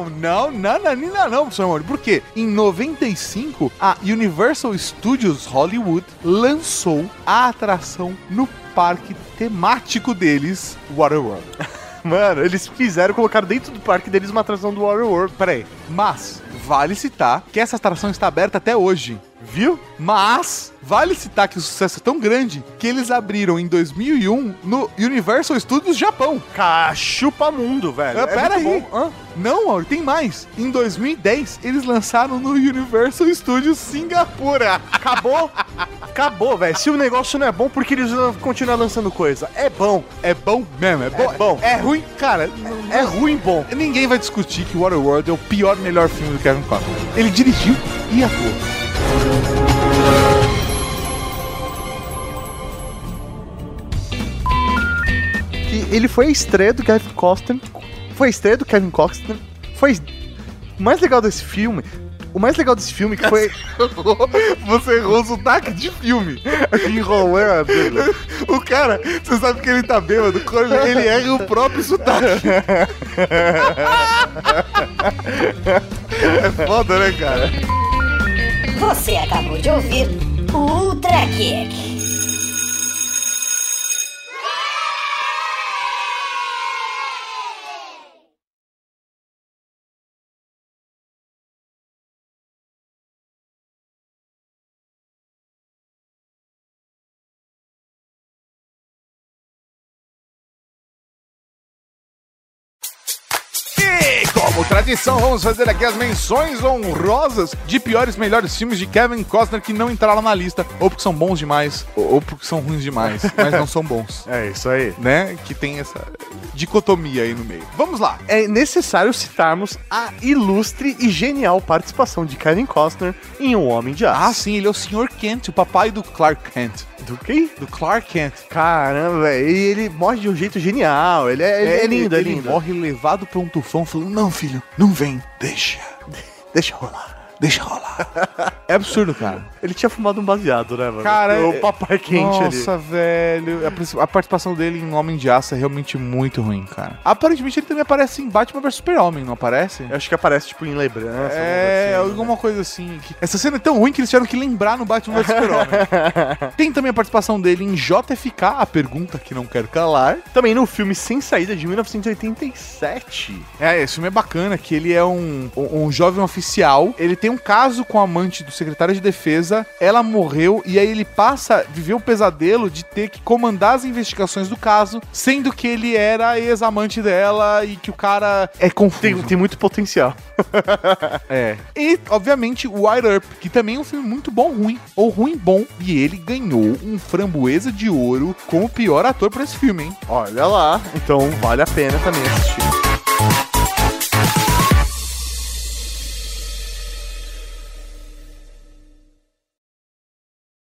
[SPEAKER 2] não, não, não, não, não, professor Mori. Por quê? Em 95, a Universal Studios Hollywood lançou a atração no parque temático deles, Waterworld.
[SPEAKER 3] Mano, eles fizeram, colocaram dentro do parque deles uma atração do Waterworld. Peraí.
[SPEAKER 2] Mas, vale citar que essa atração está aberta até hoje.
[SPEAKER 3] Viu?
[SPEAKER 2] Mas, vale citar que o sucesso é tão grande que eles abriram em 2001 no Universal Studios Japão.
[SPEAKER 3] Cachupa mundo, velho.
[SPEAKER 2] Ah, pera
[SPEAKER 3] é muito
[SPEAKER 2] aí.
[SPEAKER 3] bom.
[SPEAKER 2] Hã? Não, Mauro, tem mais. Em 2010, eles lançaram no Universal Studios Singapura.
[SPEAKER 3] Acabou. Acabou, velho. Se o negócio não é bom, por que eles vão continuar lançando coisa? É bom.
[SPEAKER 2] É bom mesmo, é bom.
[SPEAKER 3] É bom.
[SPEAKER 2] É ruim, cara. não-
[SPEAKER 3] É ruim bom.
[SPEAKER 2] Ninguém vai discutir que Waterworld é o pior melhor filme do Kevin Costner. Ele dirigiu e atuou.
[SPEAKER 3] que ele foi a estreia do Kevin Costner. Foi a estreia do Kevin Costner. Foi. O mais legal desse filme. O mais legal desse filme que foi.
[SPEAKER 2] Você errou o sotaque de filme.
[SPEAKER 3] Enrolando.
[SPEAKER 2] O cara, você sabe que ele tá bêbado quando ele erra o próprio sotaque. É foda, né, cara?
[SPEAKER 6] Você acabou de ouvir o Ultra Kick.
[SPEAKER 2] E como tradição, vamos fazer aqui as menções honrosas de piores e melhores filmes de Kevin Costner que não entraram na lista, ou porque são bons demais, ou ou porque são ruins demais, mas não são bons.
[SPEAKER 3] É isso aí.
[SPEAKER 2] Né? Que tem essa dicotomia aí no meio. Vamos lá.
[SPEAKER 3] É necessário citarmos a ilustre e genial participação de Kevin Costner em Um Homem de Aço.
[SPEAKER 2] Ah, sim, ele é o Sr. Kent, o papai do Clark Kent.
[SPEAKER 3] Do quem?
[SPEAKER 2] do Clark Kent.
[SPEAKER 3] Caramba, velho. E ele morre de um jeito genial. Ele é, ele é lindo, é
[SPEAKER 2] ele
[SPEAKER 3] lindo.
[SPEAKER 2] morre levado pra um tufão falando, não, filho, não vem, deixa,
[SPEAKER 3] Deixa rolar.
[SPEAKER 2] deixa rolar. é absurdo, cara.
[SPEAKER 3] Ele tinha fumado um baseado, né, mano?
[SPEAKER 2] Cara,
[SPEAKER 3] o
[SPEAKER 2] é-
[SPEAKER 3] papai quente
[SPEAKER 2] Nossa, velho. A, princi- a participação dele em Homem de Aço é realmente muito ruim, cara. Aparentemente ele também aparece em Batman vs Super-Homem, não aparece?
[SPEAKER 3] ali. Eu acho que aparece, tipo, em lembrança.
[SPEAKER 2] É,
[SPEAKER 3] alguma coisa
[SPEAKER 2] alguma coisa assim. que- Essa cena é tão ruim que eles tiveram que lembrar no Batman vs Super-Homem. Tem também a participação dele em JFK, a pergunta que não quero calar.
[SPEAKER 3] assim. Também no filme Sem Saída, de 1987.
[SPEAKER 2] É, esse filme é bacana, que ele é um, um, um jovem oficial, ele tem um caso com a amante do secretário de defesa, ela morreu, e aí ele passa a viver o pesadelo de ter que comandar as investigações do caso, sendo que ele era ex-amante dela e que o cara é confuso.
[SPEAKER 3] Tem, um- tem muito potencial.
[SPEAKER 2] É. E, obviamente, o Wire Up, que também é um filme muito bom, ruim. Ou ruim, bom. E ele ganhou um framboesa de ouro como o pior ator pra esse filme, hein?
[SPEAKER 3] Olha lá. Então vale a pena também assistir.